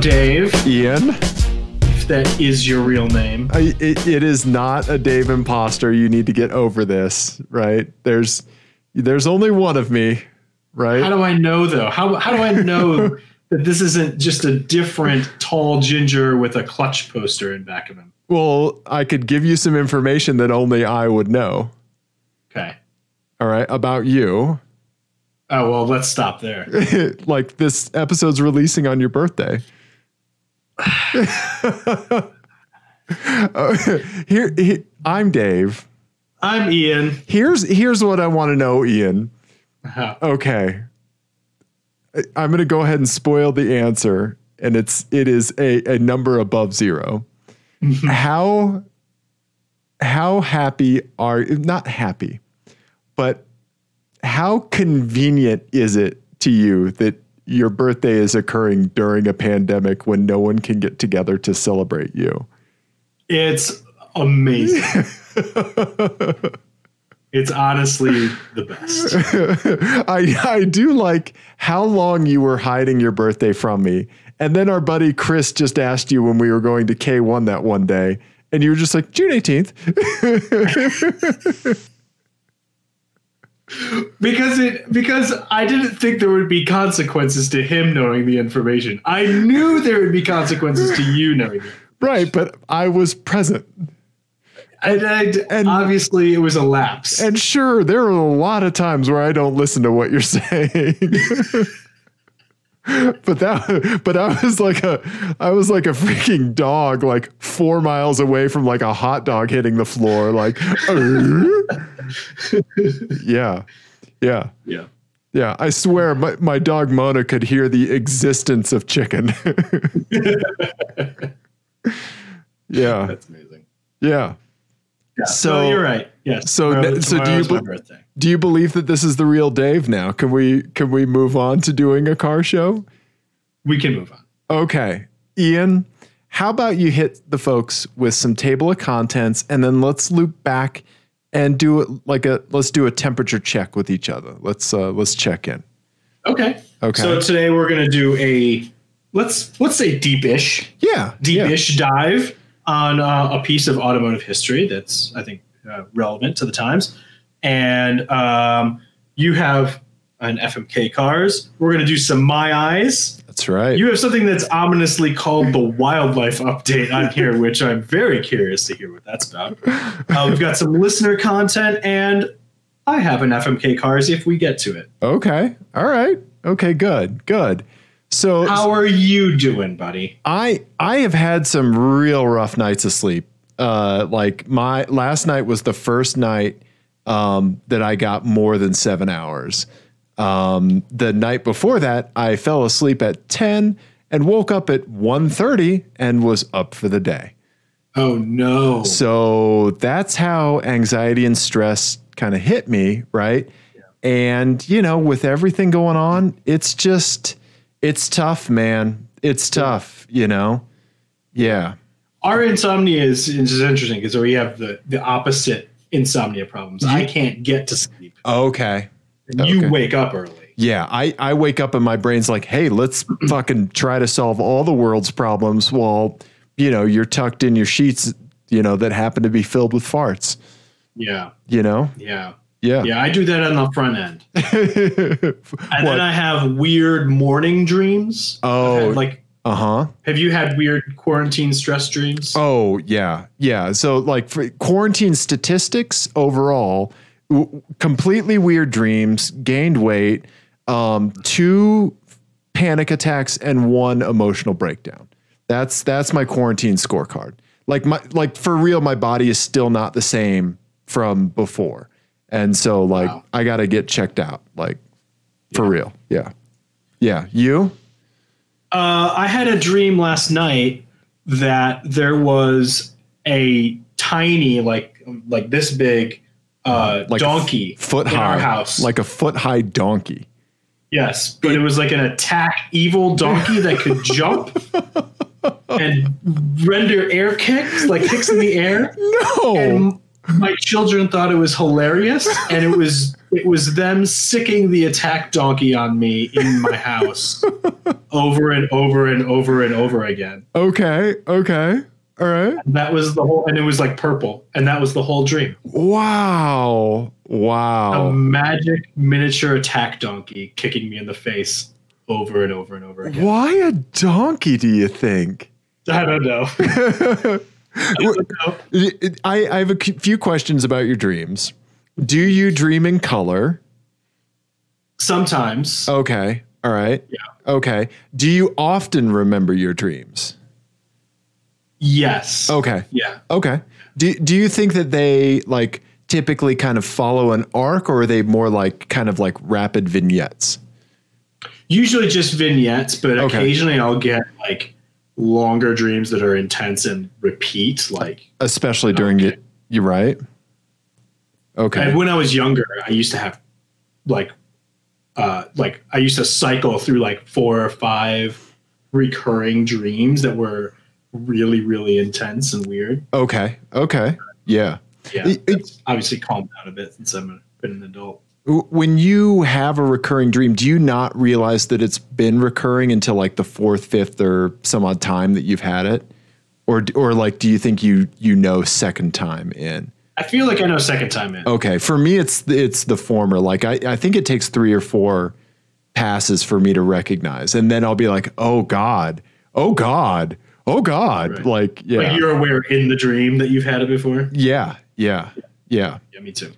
Dave, Ian, if that is your real name. I, it, it is not a Dave imposter. You need to get over this, right? There's there's only one of me, How right? do I know though? How how do I know that this isn't just a different tall ginger with a clutch poster in back of him? Well, I could give you some information that only I would know, Okay. all right, about you. Oh well, let's stop there. like this episode's releasing on your birthday. Oh, here, he- I'm Dave. I'm Ian. Here's here's what I want to know, Ian. Uh, Okay. I- I'm going to go ahead and spoil the answer and it's it is a a number above 0. how how happy are not happy, but how convenient is it to you that your birthday is occurring during a pandemic when no one can get together to celebrate you? It's amazing. it's honestly the best. I I do like how long you were hiding your birthday from me. And then our buddy Chris just asked you when we were going to K1 that one day, and you were just like, June 18th. Because it because I didn't think there would be consequences to him knowing the information. I knew there would be consequences to you knowing it. right, but I was present. And, and, And- obviously it was a lapse. And sure, there are a lot of times where I don't listen to what you're saying. but that but I was like a I was like a freaking dog like 4 miles away from like a hot dog hitting the floor like Yeah. Yeah. yeah. Yeah, I swear my, my dog Mona could hear the existence of chicken. yeah. That's amazing. Yeah. Yeah. So- So you're right. Yes. so Tomorrow- n- so do tomorrow's you my bel- birthday? Do you believe that this is the real Dave now? Can we can we move on to doing a car show? We can move on. Okay. Ian, how about you hit the folks with some table of contents and then let's loop back and do it like a let's do a temperature check with each other. Let's uh let's check in. Okay. Okay. So today we're gonna do a let's let's say deep-ish yeah. yeah. deep-ish dive on uh, a piece of automotive history that's I think uh, relevant to the times. And um, you have an FMK cars. We're going to do some my eyes. That's right. You have something that's ominously called the wildlife update on here, which I'm very curious to hear what that's about. Uh, we've got some listener content, and I have an FMK cars if we get to it. okay. All right. Okay, good. Good. So How are you doing, buddy? I I have had some real rough nights of sleep. Uh, like my last night was the first night um, that I got more than seven hours. Um, the night before that, I fell asleep at ten and woke up at 1.30 and was up for the day. Oh no! So that's how anxiety and stress kind of hit me, right? And you know, with everything going on, it's just it's tough, man. It's tough, you know. Yeah. our insomnia is, is interesting because we have the, the opposite insomnia problems. I can't get to sleep. Okay. And You Mm-hmm. Oh, Okay. wake up early. Yeah, I I wake up and my brain's like, "Hey, let's fucking try to solve all the world's problems while, you know, you're tucked in your sheets, you know, that happen to be filled with farts, Yeah, you know?" yeah, Yeah. yeah. I do that on the front end, and What? then I have weird morning dreams. I've Oh. had, like uh-huh. have you had weird quarantine stress dreams? Oh yeah, yeah. So like for quarantine statistics overall, w- completely weird dreams, gained weight, um, two panic attacks, and one emotional breakdown. That's that's my quarantine scorecard. Like my like for real, my body is still not the same from before, and so like Wow. I gotta get checked out. Like for real, yeah, yeah. You? Uh, I had a dream last night that there was a tiny, like like this big, uh, Like a f- donkey Foot in high, our house, like a foot high donkey. Yes, but it was like an attack evil donkey that could jump and render air kicks, like kicks in the air. No. Oh. And my children thought it was hilarious, and it was It was them sicking the attack donkey on me in my house over and over and over and over again. Okay. Okay. All right. That was the whole, and it was like purple, and that was the whole dream. Wow. Wow. A magic miniature attack donkey kicking me in the face over and over and over again. Why a donkey do you think? I don't know. I I, don't know. I have a c- few questions about your dreams. Do you dream in color? Sometimes Okay. All right. Yeah. Okay. Do you often remember your dreams? Yes. Okay. Yeah. Okay. Do do you think that they like typically kind of follow an arc or are they more like kind of like rapid vignettes? Usually just vignettes, but Okay. occasionally I'll get like longer dreams that are intense and repeat. Like Especially during Okay. your you right? Okay. and when I was younger, I used to have like uh like I used to cycle through like four or five recurring dreams that were really, really intense and weird. okay. Okay. Yeah. Yeah. It- it- that's obviously calmed down a bit since I'm been an adult. W- When you have a recurring dream, do you not realize that it's been recurring until like the fourth, fifth, or some odd time that you've had it, or d- or like do you think you you know second time in? I feel like I know second time in. Okay, for me it's the- it's the former. Like I I think it takes three or four passes for me to recognize, and then I'll be like, oh god, oh god, oh god, Right. like yeah, Like you're aware in the dream that you've had it before. yeah, yeah, yeah. Yeah, me too.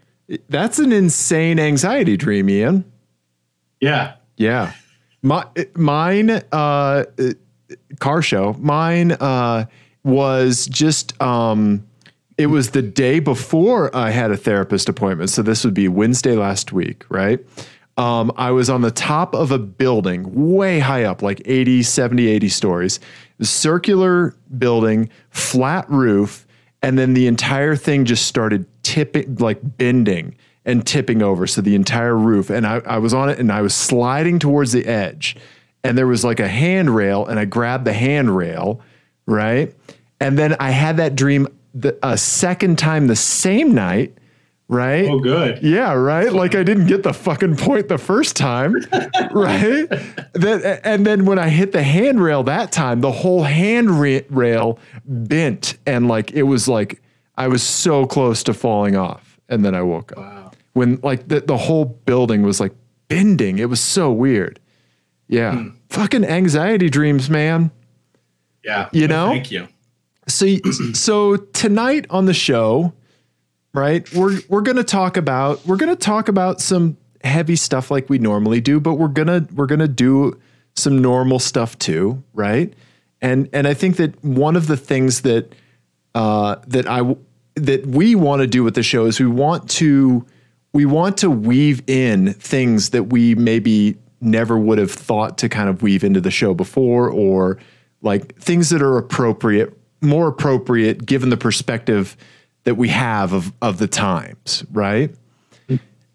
That's an insane anxiety dream, Ian. Yeah. Yeah. My mine uh, uh car show. Mine uh was just um it was the day before I had a therapist appointment. So this would be Wednesday last week, right? Um, I was on the top of a building way high up, like 80, 70, 80 stories, circular building, flat roof. And then the entire thing just started tipping, like bending and tipping over. So the entire roof. And I, I was on it and I was sliding towards the edge. And there was like a handrail, and I grabbed the handrail, right? And then I had that dream the, a second time the same night, right? Oh, good. Yeah, right. Like I didn't get the fucking point the first time, right? That and then when I hit the handrail that time, the whole handrail bent and like it was like I was so close to falling off, and then I woke up. Wow. When like the the whole building was like bending. It was so weird. Yeah, Hmm. fucking anxiety dreams, man. Yeah. You Well, know? Thank you. So so tonight on the show, right? We're we're going to talk about we're going to talk about some heavy stuff like we normally do, but we're going to we're going to do some normal stuff too, right? And and I think that one of the things that uh that I w- that we want to do with the show is we want to we want to weave in things that we maybe never would have thought to kind of weave into the show before or like things that are appropriate more appropriate given the perspective that we have of of the times right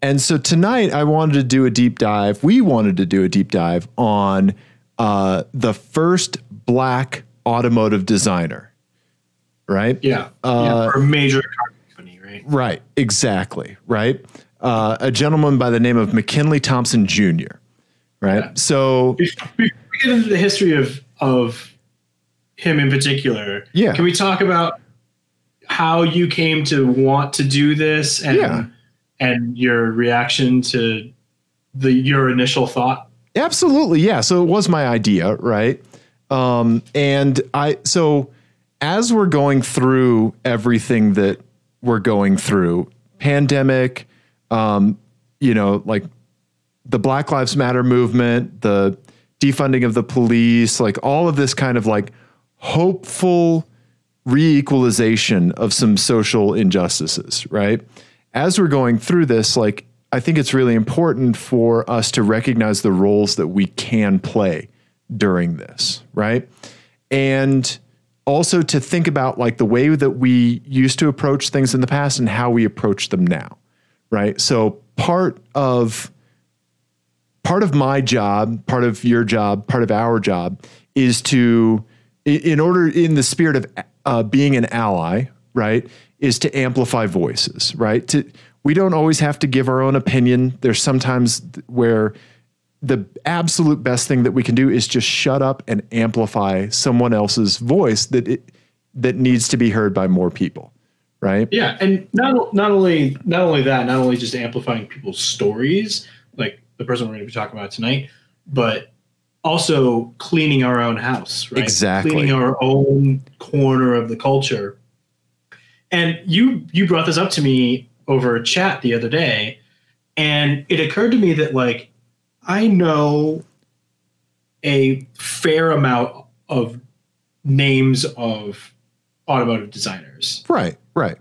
and so tonight I wanted to do a deep dive. We wanted to do a deep dive on uh, the first black automotive designer, right? Yeah. Uh, yeah. For a major car company, right? Right, exactly, right? Uh, a gentleman by the name of McKinley Thompson Jr., right? Yeah. So, Before we get into the history of of him in particular, Yeah. can we talk about how you came to want to do this and Yeah. and your reaction to the your initial thought? Absolutely, yeah. So it was my idea, right? Um, and I so as we're going through everything that we're going through, pandemic, um, you know, like the Black Lives Matter movement, the defunding of the police, like all of this kind of like hopeful re-equalization of some social injustices, right? As we're going through this, like I think it's really important for us to recognize the roles that we can play during this, right? And also to think about like the way that we used to approach things in the past and how we approach them now, right? So part of part of my job, part of your job, part of our job is to, i- in order, in the spirit of uh, being an ally, right, is to amplify voices, right? To we don't always have to give our own opinion. There's sometimes th- where the absolute best thing that we can do is just shut up and amplify someone else's voice that it, that needs to be heard by more people, right? Yeah, and not not only not only that, not only just amplifying people's stories, like the person we're going to be talking about tonight, but also cleaning our own house, right? Exactly. Cleaning our own corner of the culture. And you you brought this up to me over a chat the other day, and it occurred to me that like I know a fair amount of names of automotive designers Right, right.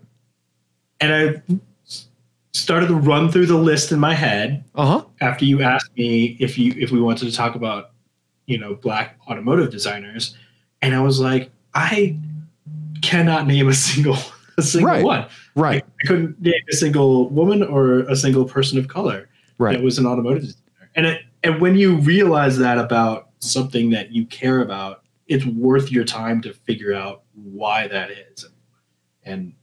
and I started to run through the list in my head Uh huh. after you asked me if you if we wanted to talk about you know black automotive designers, and I was like, I cannot name a single a single Right. one. Right, I couldn't name a single woman or a single person of color right. that was an automotive designer. And it, and when you realize that about something that you care about, it's worth your time to figure out why that is, and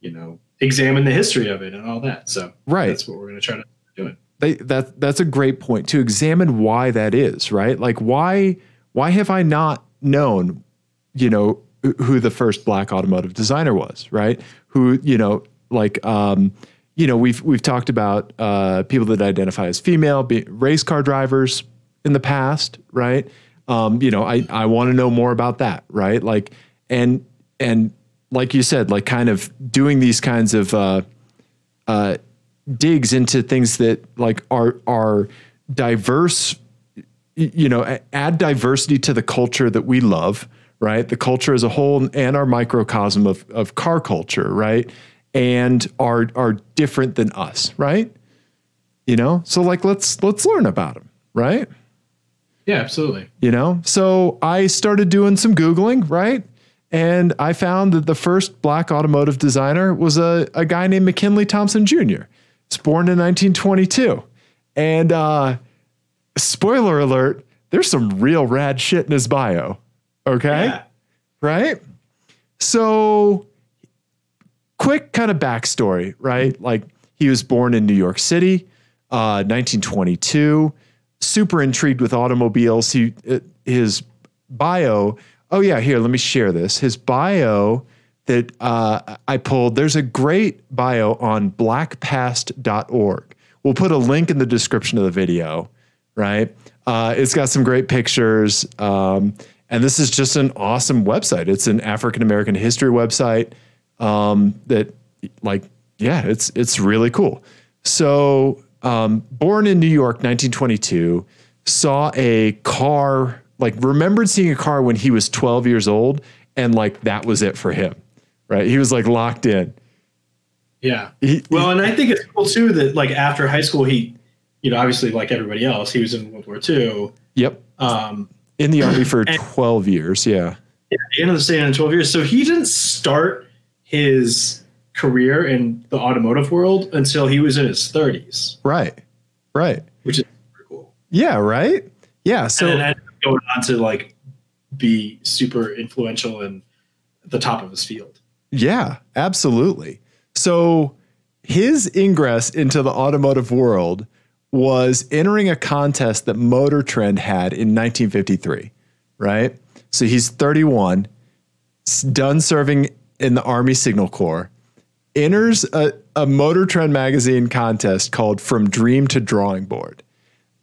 you know examine the history of it and all that. So Right. that's what we're going to try to. they, that that's a great point to examine why that is right like why why have i not known you know wh- who the first black automotive designer was right who you know like um you know we've we've talked about uh people that identify as female be race car drivers in the past right um you know i i want to know more about that right like and and like you said like kind of doing these kinds of uh digs into things that like are are diverse y- you know a- add diversity to the culture that we love right the culture as a whole and our microcosm of of car culture right and are are different than us right you know so like let's let's learn about them right Yeah, absolutely. you know so i started doing some googling right and i found that the first black automotive designer was a, a guy named mckinley thompson jr He's born in 1922 and uh, spoiler alert there's some real rad shit in his bio okay Yeah. right? So, quick kind of backstory, right? Like, he was born in New York City, uh, 1922. Super intrigued with automobiles. He uh, his bio. Oh yeah, here let me share this. His bio that uh, I pulled. There's a great bio on blackpast.org. We'll put a link in the description of the video right? Uh, it's got some great pictures. Um, and this is just an awesome website. It's an African American history website um, that, like, yeah, it's it's really cool. So, um, born in New York, 1922, saw a car. Like, remembered seeing a car when he was 12 years old, and like that was it for him, right? He was like locked in. Yeah. He, Well, and I think it's cool too that like after high school, he, you know, obviously like everybody else, he was in World War II. yep, Um, in the army for And- 12 years. Yeah, the end of the state in 12 years. So he didn't start his career in the automotive world until he was in his 30s, right, right. which is super cool. Yeah, right. Yeah. So and then ended up going on to like be super influential and at the top of his field. Yeah, absolutely. So his ingress into the automotive world was entering a contest that Motor Trend had in 1953, right? So he's 31, s- done serving in the Army Signal Corps, enters a, a Motor Trend magazine contest called From Dream to Drawing Board.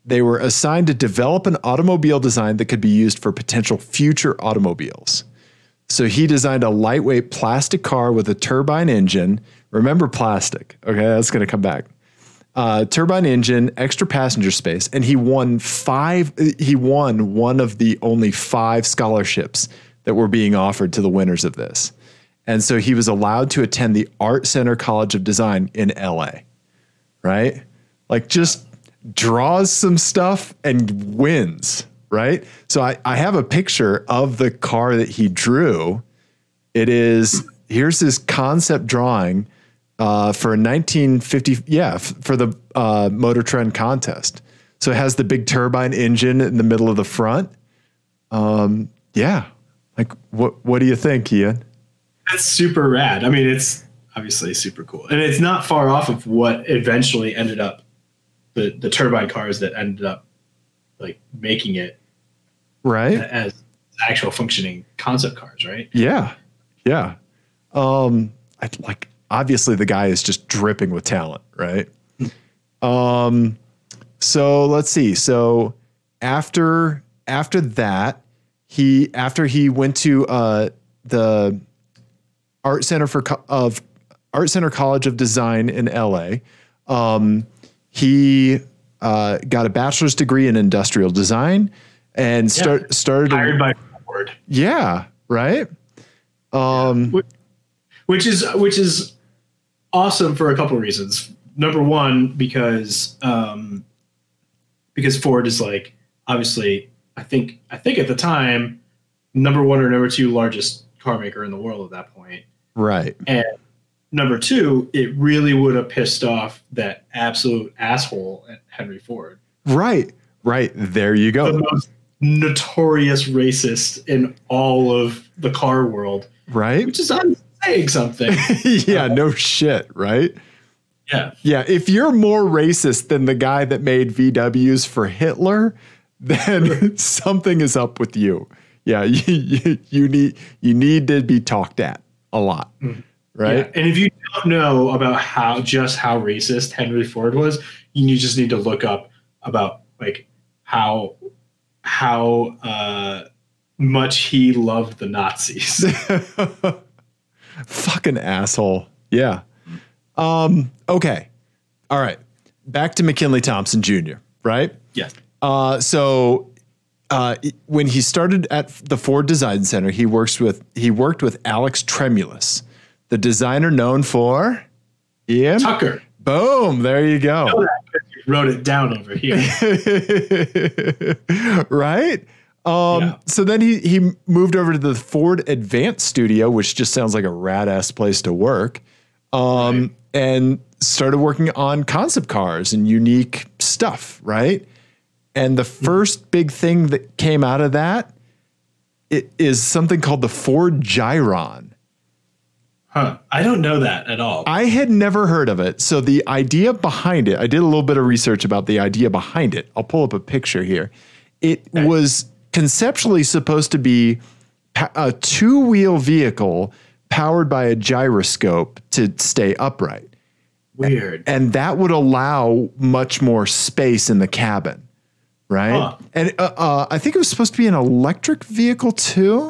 They were assigned to develop an automobile design that could be used for potential future automobiles. So he designed a lightweight plastic car with a turbine engine. Remember plastic. Okay, that's going to come back. Uh, turbine engine, extra passenger space, and he won five. He won one of the only five scholarships that were being offered to the winners of this, and so he was allowed to attend the Art Center College of Design in L.A. Right, like just draws some stuff and wins. Right, so I, I have a picture of the car that he drew. It is here's this concept drawing uh, for a 1950 yeah f- for the uh, Motor Trend contest. So it has the big turbine engine in the middle of the front. Um, yeah, like what what do you think, Ian? That's super rad. I mean, it's obviously super cool. And it's not far off of what eventually ended up the, the turbine cars that ended up like making it right? as actual functioning concept cars, right? Yeah, yeah. Um, I, like obviously the guy is just dripping with talent, right? um, so let's see. So after after that, he after he went to uh the art center for Co- of art center college of design in L.A. Um, he uh, got a bachelor's degree in industrial design and start, started a- Hired by Ford. yeah, right? Um which is which is awesome for a couple reasons. Number one, because um, because Ford is like obviously I think I think at the time number one or number two largest car maker in the world at that point. right. Number two, it really would have pissed off that absolute asshole at Henry Ford, Right. Right. There you the go. most notorious racist in all of the car world, Right? which is I'm saying something. yeah, no shit, right? yeah, Yeah, if you're more racist than the guy that made VWs for Hitler, then something is up with you. Yeah, you, you, you need you need to be talked at a lot. Right? Yeah. And if you don't know about how just how racist Henry Ford was, you need- just need to look up about like how how uh, much he loved the Nazis. Fucking asshole. Yeah. Um, okay. All right. Back to McKinley Thompson Jr., right? yes. Uh, so uh, when he started at the Ford Design Center, he works with he worked with Alex Tremulous, the designer known for Ian. Tucker Boom! There you go. wrote it down over here. right. Um, Yeah. So then he he moved over to the Ford Advanced Studio, which just sounds like a rad ass place to work, um, Right. and started working on concept cars and unique stuff. Right. And the Mm-hmm. first big thing that came out of that it is something called the Ford Gyron. Huh. I don't know that at all. I had never heard of it. So the idea behind it, I did a little bit of research about the idea behind it. I'll pull up a picture here. It was conceptually supposed to be pa- a two-wheel vehicle powered by a gyroscope to stay upright. Weird. And that would allow much more space in the cabin, right? Huh. And uh, uh, I think it was supposed to be an electric vehicle too.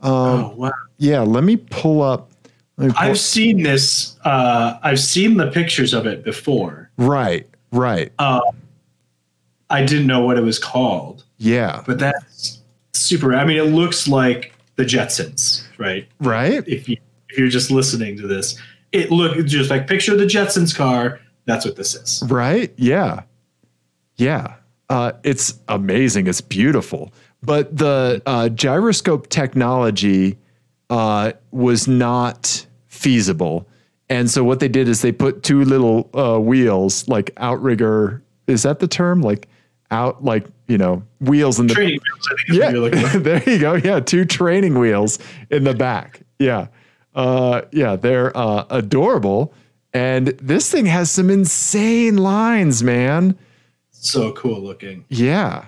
um, oh wow. Yeah, let me pull up. Let me pull, I've seen this. Uh, I've seen the pictures of it before. right, right. I didn't know what it was called, yeah, but that's super. I mean, it looks like the Jetsons, right? right? if you if you're just listening to this, it look just like picture the Jetsons car. That's what this is. Right? Yeah. Yeah. Uh, it's amazing. It's beautiful. But the uh, gyroscope technology uh, was not feasible. And so what they did is they put two little uh, wheels, like outrigger. Is that the term? Like out, like, you know, wheels in the Training wheels, I think is yeah. what you're looking for. there you go. Yeah, two training wheels in the back. Yeah. Uh, yeah, they're uh, adorable. And this thing has some insane lines, man. So cool looking. Yeah.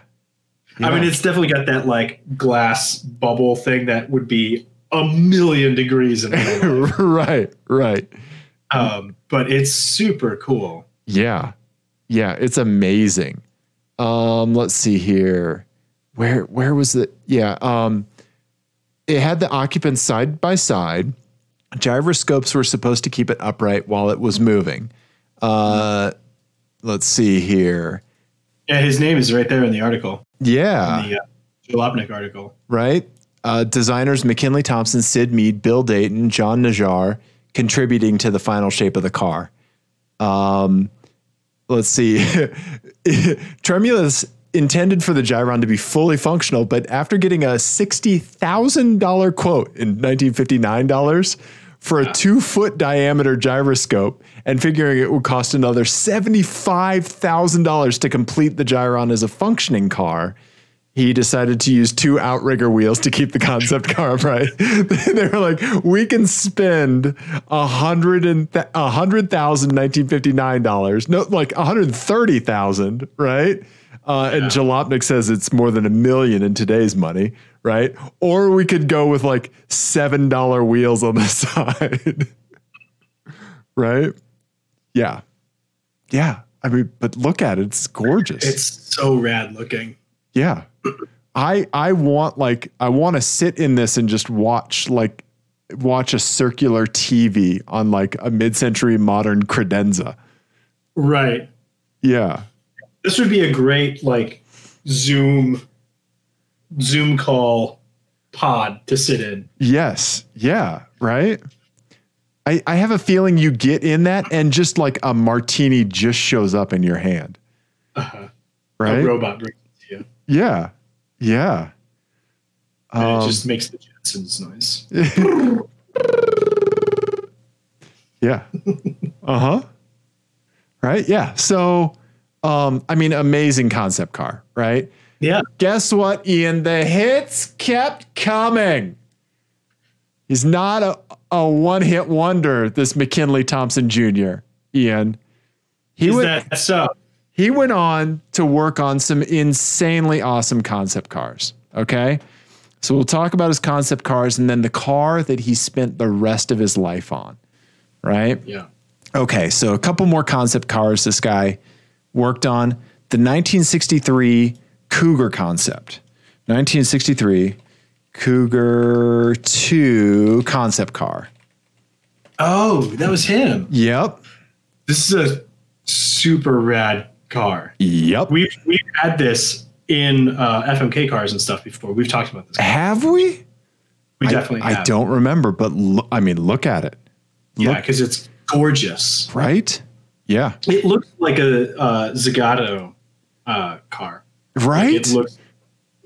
I mean, Yeah. it's definitely got that like glass bubble thing that would be a million degrees in real life. right, right. um, but it's super cool. Yeah. Yeah, it's amazing. Um, let's see here. Where where was the yeah, um it had the occupants side by side. Gyroscopes were supposed to keep it upright while it was moving. Uh let's see here. Yeah, his name is right there in the article, Yeah, the uh, Jalopnik article. right? Uh designers McKinley Thompson, Sid Mead, Bill Dayton, John Najar contributing to the final shape of the car. Um, let's see. Tremulous intended for the Gyron to be fully functional, but after getting a $60,000 quote in 1959 dollars for a two foot diameter gyroscope and figuring it would cost another $75,000 to complete the Gyron as a functioning car, he decided to use two outrigger wheels to keep the concept car upright. they were like, we can spend a hundred and th- a hundred thousand nineteen fifty nine dollars, no, like a hundred thirty thousand, right? Uh, and Yeah. Jalopnik says it's more than a million in today's money, right? Or we could go with like seven dollar wheels on the side, right? Yeah, yeah. I mean, but look at it; it's gorgeous. It's so rad looking. Yeah. I I want like I want to sit in this and just watch like watch a circular TV on like a mid-century modern credenza. Right. Yeah. This would be a great like Zoom Zoom call pod to sit in. Yes. Yeah, right? I I have a feeling you get in that and just like a martini just shows up in your hand, Uh-huh. A right? robot brings it to you. yeah. Yeah. And it Um, just makes the Jetsons noise. Yeah. Uh huh. Right. Yeah. So, um, I mean, amazing concept car, right? Yeah. Guess what, Ian? The hits kept coming. He's not a, a one hit wonder, this McKinley Thompson Jr., Ian. He Is would that so? he went on to work on some insanely awesome concept cars. Okay. So we'll talk about his concept cars and then the car that he spent the rest of his life on. Right. Yeah. Okay. So a couple more concept cars this guy worked on the 1963 Cougar concept. 1963 Cougar 2 concept car. Oh, that was him. Yep. This is a super rad car. Yep. We've we've had this in uh, FMK cars and stuff before. We've talked about this. Have we? We I- definitely I, have. don't remember, but lo- I mean, look at it. Yeah, look- because it's gorgeous. Right? Yeah. It looks like a uh, Zagato uh, car. Like, Right? It looks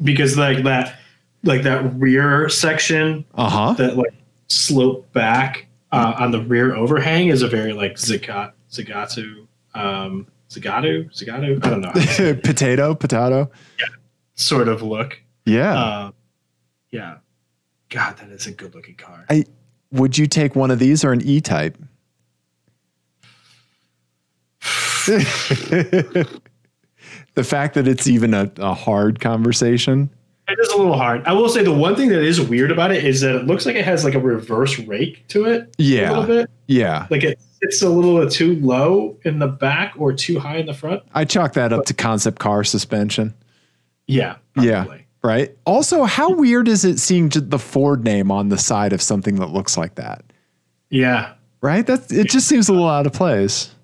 because like that like that rear section Uh huh. that like slope back uh, on the rear overhang is a very like Zagat Zagato um, Zagato Zagato I don't know how to say it, potato, potato. sort of look. Yeah. Uh, yeah. God, that is a good looking car. I- Would you take one of these or an E type? the fact that it's even a, a hard conversation. It is a little hard. I will say the one thing that is weird about it is that it looks like it has like a reverse rake to it a little Yeah. bit. Yeah. Like it sits a little bit too low in the back or too high in the front. I chalk that up to concept car suspension. Yeah. Yeah. Right. Also, how weird is it seeing j- the Ford name on the side of something that looks like that? Yeah. Right. That's it just seems a little out of place.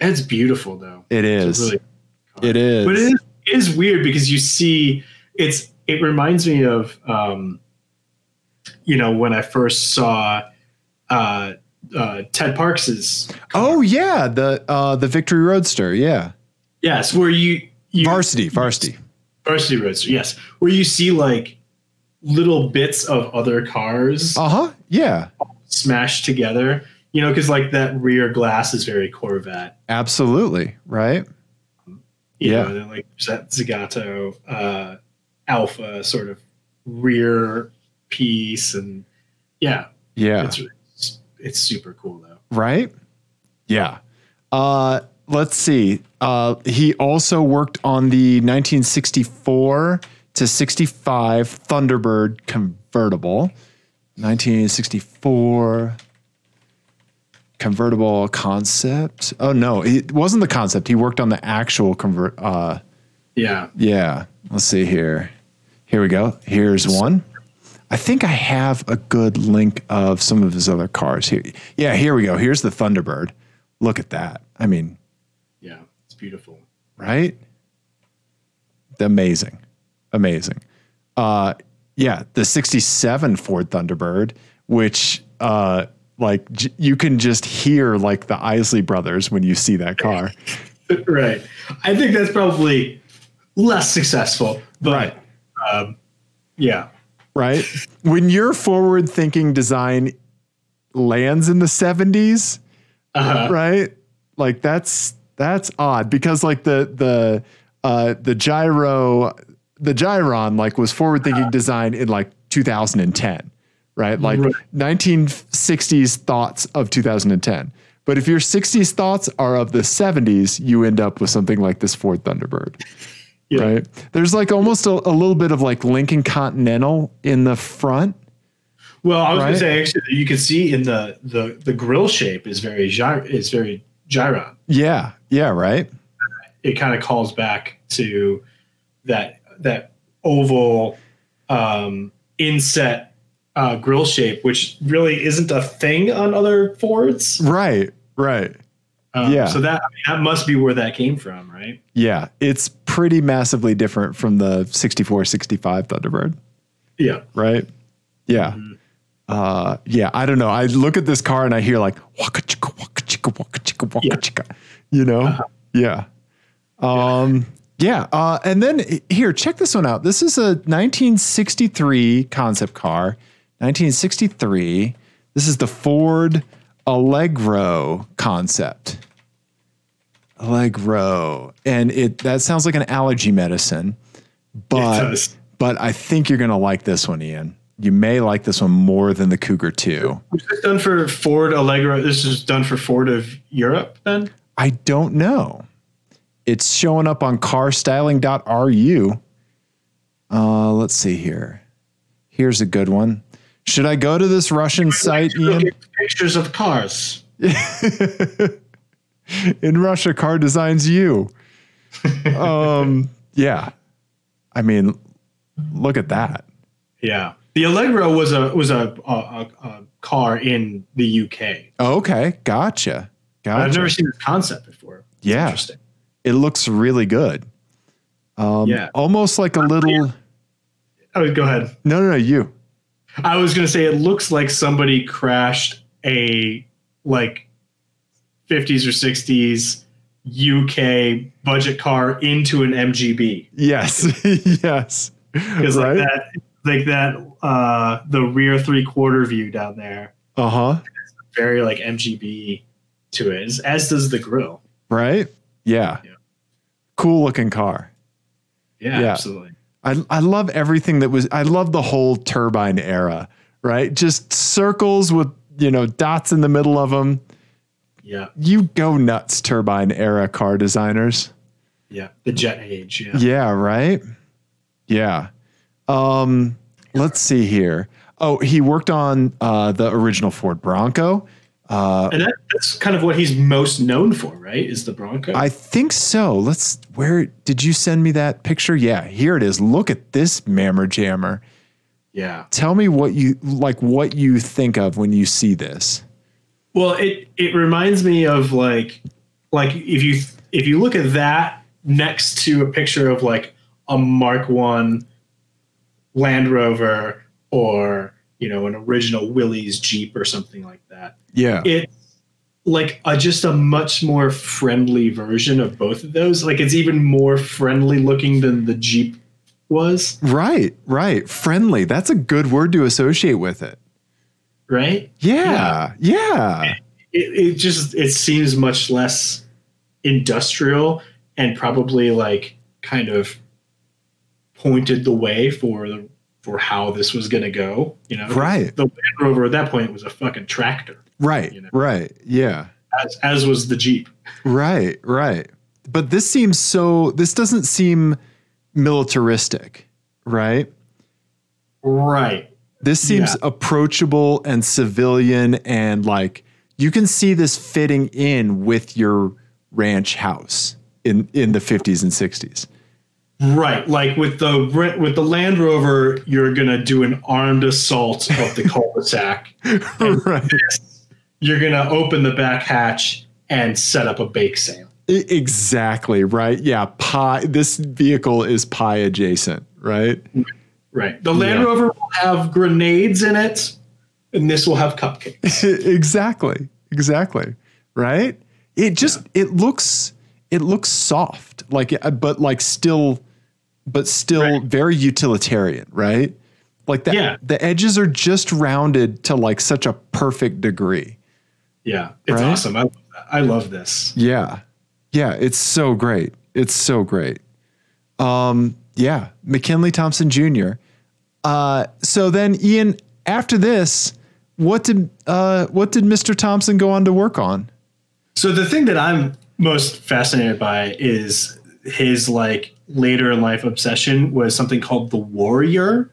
It's beautiful though. It It's is. a really it is. But it is, it is weird because you see, it's it reminds me of, um, you know, when I first saw uh, uh, Ted Parks's. Oh yeah, the uh the Victory Roadster, yeah. Yes, where you, you Varsity, varsity. varsity roadster. Yes, where you see like little bits of other cars Uh-huh. Yeah. smashed together. You know, because like that rear glass is very Corvette. Absolutely, right? You Yeah. know, and then like there's that Zagato uh, Alpha sort of rear piece, and yeah, Yeah. It's, it's, it's super cool though. right? Yeah. Uh let's see. Uh he also worked on the 1964 to 65 Thunderbird convertible. 1964 convertible concept. Oh no, it wasn't the concept. He worked on the actual convert uh Yeah. Yeah. Let's see here. Here we go. Here's one. I think I have a good link of some of his other cars here. Yeah, here we go. Here's the Thunderbird. Look at that. I mean, Yeah. It's beautiful. right? Amazing. Amazing. Uh yeah, the 67 Ford Thunderbird, which uh like j- you can just hear like the Isley brothers when you see that car. right. I think that's probably less successful, but um, yeah. right? when your forward thinking design lands in the 70s, Uh-huh. right? Like that's that's odd because like the the uh the gyro the Gyron like was forward thinking design in like 2010, right? Like Right. 1960s thoughts of 2010. But if your 60s thoughts are of the 70s, you end up with something like this Ford Thunderbird. Yeah. Right? There's like almost a, a little bit of like Lincoln Continental in the front. Well, I was Right? gonna say actually, you can see in the the the grill shape is very gy- is very gyron. Yeah. Yeah, right? It kind of calls back to that that oval um, inset uh, grill shape, which really isn't a thing on other Fords. Right. Right. Um, Yeah. So that I mean, that must be where that came from, right? Yeah, it's pretty massively different from the 64 65 Thunderbird, Yeah. right? Yeah. Uh, yeah, I don't know. I look at this car and I hear like waka chicka waka chicka waka chicka waka Yeah. chicka. You know? Yeah. Um yeah, uh, and then h- here, check this one out. This is a 1963 concept car. 1963. This is the Ford Allegro concept. Allegro, and it that sounds like an allergy medicine, but does. but I think you're gonna like this one, Ian. You may like this one more than the Cougar Two. Was this done for Ford Allegro? This is done for Ford of Europe, then. I don't know. It's showing up on carstyling.ru. Uh, let's see here. Here's a good one. Should I go to this Russian site, Look Ian? at pictures of cars. In Russia, car designs you. Um, yeah. I mean, look at that. Yeah, the Allegro was a was a a, a, a car in the UK. Okay, gotcha. Gotcha. I've never seen this concept before. It's Yeah. interesting. it looks really good. Um, Yeah. Almost like a little. Oh, go ahead. No, no, no, you. I was gonna say it looks like somebody crashed a like 50s or 60s UK budget car into an MGB Yes. yes. because like Right? that like that uh the rear three quarter view down there Uh huh. very like MGB to it as- as does the grill. Right? Yeah. Yeah. Cool looking car. Yeah. yeah. absolutely. I, I love everything that was, I love the whole turbine era, right? Just circles with, you know, dots in the middle of them. Yeah. You go nuts, turbine era car designers. Yeah, the jet age. Yeah. Yeah, right? Yeah. Um, let's see here. Oh, he worked on uh, the original Ford Bronco. Uh, and that, that's kind of what he's most known for, right? Is the Bronco? I think so. Let's. Where did you send me that picture? Yeah, here it is. Look at this mammer jammer. yeah. Tell me what you like. What you think of when you see this? Well, it it reminds me of like like if you if you look at that next to a picture of like a Mark One Land Rover or you know an original Willys Jeep or something like that, Yeah. it's like a, just a much more friendly version of both of those. Like it's even more friendly looking than the Jeep was, Right. Right. Friendly. That's a good word to associate with it. right? Yeah. Yeah. it, it just it seems much less industrial and probably like kind of pointed the way for the for how this was going to go you know Right. the land rover at that point was a fucking tractor Right. You know. Right. Yeah. as, as was the jeep Right. Right. But this seems so. This doesn't seem militaristic. Right. right This seems Yeah. approachable and civilian and like you can see this fitting in with your ranch house in in the 50s and 60s. right like with the re- with the land rover you're going to do an armed assault of the cul-de-sac right. you're going to open the back hatch and set up a bake sale E- Exactly, right? Yeah, pie this vehicle is pie adjacent, right? Right. The Land Yeah. Rover will have grenades in it, and this will have cupcakes. exactly. Exactly. Right? It just it looks it looks soft, like uh, but like still but still Right. very utilitarian, right? Like the Yeah. the edges are just rounded to like such a perfect degree. Yeah, it's Right. awesome. I, I love this. Yeah. Yeah, it's so great. It's so great. Um Yeah, McKinley Thompson Jr. Uh, so then, Ian, after this, what did uh, what did Mr. Thompson go on to work on? So the thing that I'm most fascinated by is his like later in life obsession was something called the Warrior,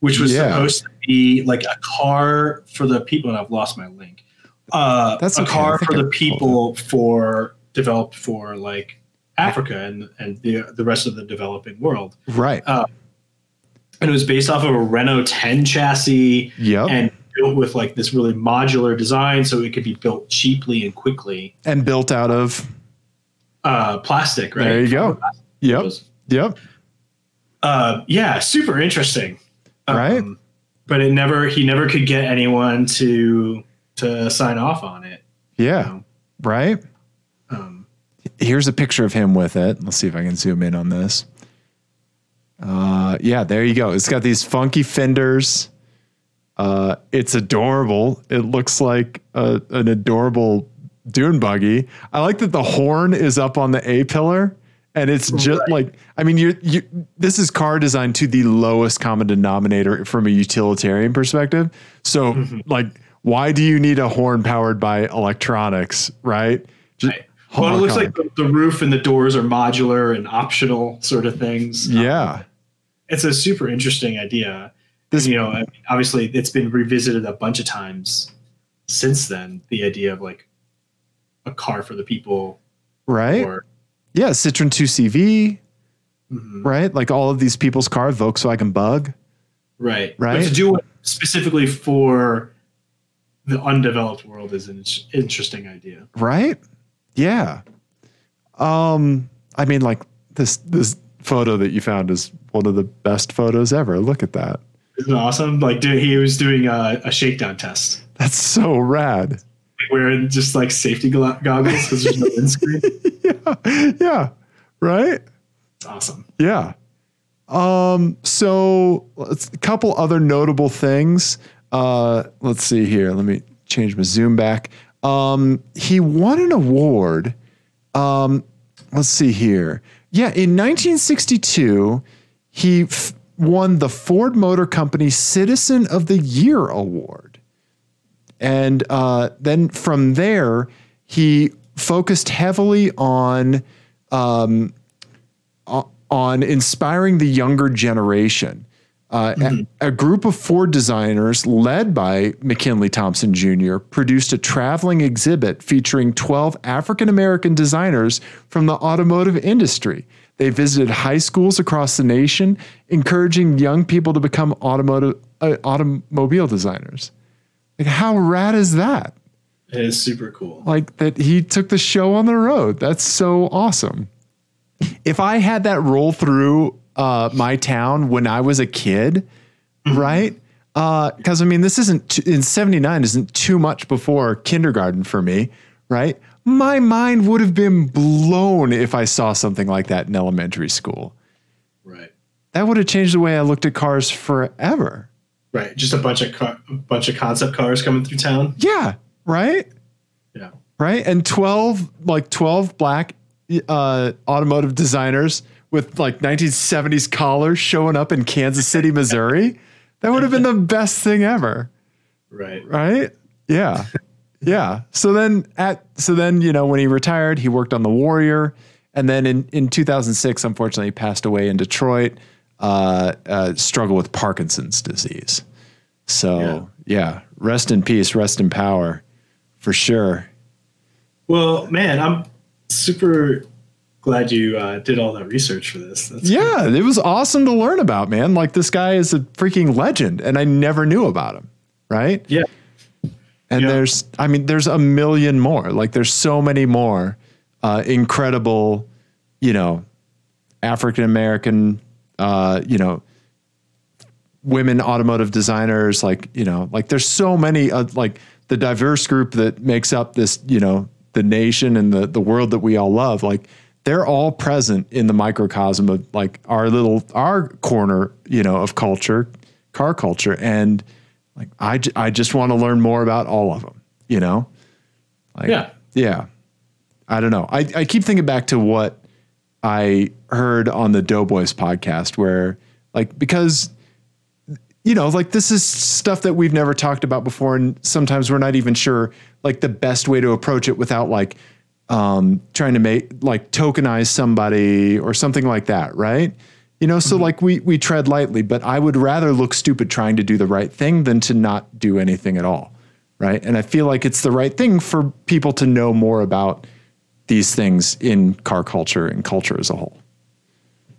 which was Yeah. supposed to be like a car for the people. And I've lost my link. Uh, That's a okay. I car think for I the recall people for developed for like Africa and and the the rest of the developing world. Right. And it was based off of a Renault 10 chassis. yep. And, and built with like this really modular design so it could be built cheaply and quickly built out of. uh plastic right Oh, There you go. Oh, Yep. Yep. uh yeah super interesting Um, Right. but it never he never could get anyone to to sign off on it Yeah. Right. um Here's a picture of him with it. Let's see if I can zoom in on this. Uh, yeah, there you go. It's got these funky fenders. Uh, it's adorable. It looks like a, an adorable dune buggy. I like that the horn is up on the A pillar, and it's just Right. like I mean, you you this is car design to the lowest common denominator from a utilitarian perspective. So Mm-hmm. like, why do you need a horn powered by electronics, right? Ju- right. well it looks like the, the roof and the doors are modular and optional sort of things yeah. it's a super interesting idea This- you know I mean, obviously it's been revisited a bunch of times since then the idea of like a car for the people Right? or mm-hmm, yeah, Citroen 2CV, right? Like all of these people's car, Volkswagen Bug. right Right. but to do it specifically for the undeveloped world is an in- interesting idea right? Yeah. Um, I mean, like this this photo that you found is one of the best photos ever. Look at that. isn't it awesome like do, he was doing a, a shakedown test That's so rad. wearing just like safety gla- goggles because there's no windscreen yeah. Right. it's awesome Yeah. Um, so let's, a couple other notable things. Uh, let's see here. Let me change my zoom back. Um, he won an award. Um, let's see here. Yeah, in 1962, he f- won the Ford Motor Company Citizen of the Year award. And uh, then from there, he focused heavily on on inspiring the younger generation. Uh, a, a group of Ford designers led by McKinley Thompson Jr. produced a traveling exhibit featuring 12 African American designers from the automotive industry. They visited high schools across the nation, encouraging young people to become automotive uh, automobile designers. Like, how rad is that? it is super cool like that he took the show on the road. That's so awesome. If I had that roll through uh, my town when I was a kid, right? Because I mean, this isn't t- in '79 isn't too much before kindergarten for me, right? My mind would have been blown if I saw something like that in elementary school. right That would have changed the way I looked at cars forever. right just a bunch of car, a bunch of concept cars coming through town Yeah, right. yeah right? And 12 like 12 black uh automotive designers with like 1970s collars showing up in Kansas City, Missouri. That would have been the best thing ever, right right? Yeah. Yeah. So then at so then, you know, when he retired, he worked on The Warrior and then in in 2006 unfortunately he passed away in Detroit. Uh, uh, struggle with Parkinson's disease. So yeah, rest in peace, rest in power, for sure. Well, man, I'm super glad you uh, did all that research for this. That's Yeah, it was awesome to learn about, man. Like this guy is a freaking legend, and I never knew about him, right? yeah, And Yeah. there's, I mean, there's a million more. Like there's so many more uh, incredible, you know, African American, uh, you know, women automotive designers. Like you know, like there's so many uh, like the diverse group that makes up this, you know, the nation and the the world that we all love. Like they're all present in the microcosm of like our little our corner, you know, of culture, car culture, and like I j- I just want to learn more about all of them. You know, like yeah, yeah. I don't know. I, I keep thinking back to what I heard on the Doughboys podcast where like because you know, like this is stuff that we've never talked about before, and sometimes we're not even sure like the best way to approach it without like um, trying to make like tokenize somebody or something like that, right? You know, so like we we tread lightly, but I would rather look stupid trying to do the right thing than to not do anything at all, right? And I feel like it's the right thing for people to know more about these things in car culture and culture as a whole.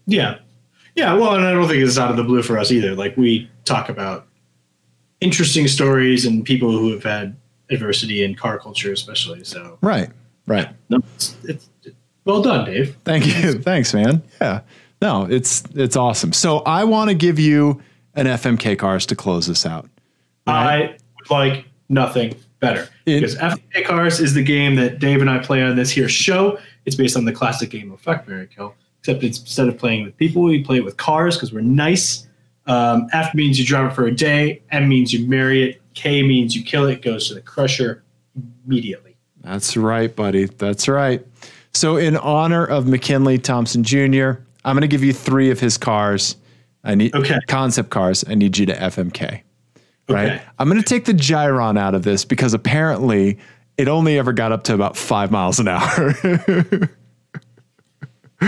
Yeah. Yeah. Well, and I don't think it's out of the blue for us either. Like, we talk about interesting stories and people who have had adversity in car culture, especially. So, Right. Right. no, it's, it's, well done, Dave. Thank you. Thanks, man. Yeah. No, it's it's awesome. So I want to give you an FMK cars to close this out. I would like nothing better. It- because FMK Cars is the game that Dave and I play on this here show. It's based on the classic game of Fuck Mary Kill, except it's, instead of playing with people, we play it with cars because we're nice. Um, F means you drive it for a day, M means you marry it, K means you kill it, goes to the crusher immediately. That's right, buddy. That's right. So in honor of McKinley Thompson Jr., I'm going to give you 3 of his cars. I need Okay. concept cars. I need you to FMK. Right? Okay. I'm going to take the gyron out of this because apparently it only ever got up to about 5 miles an hour.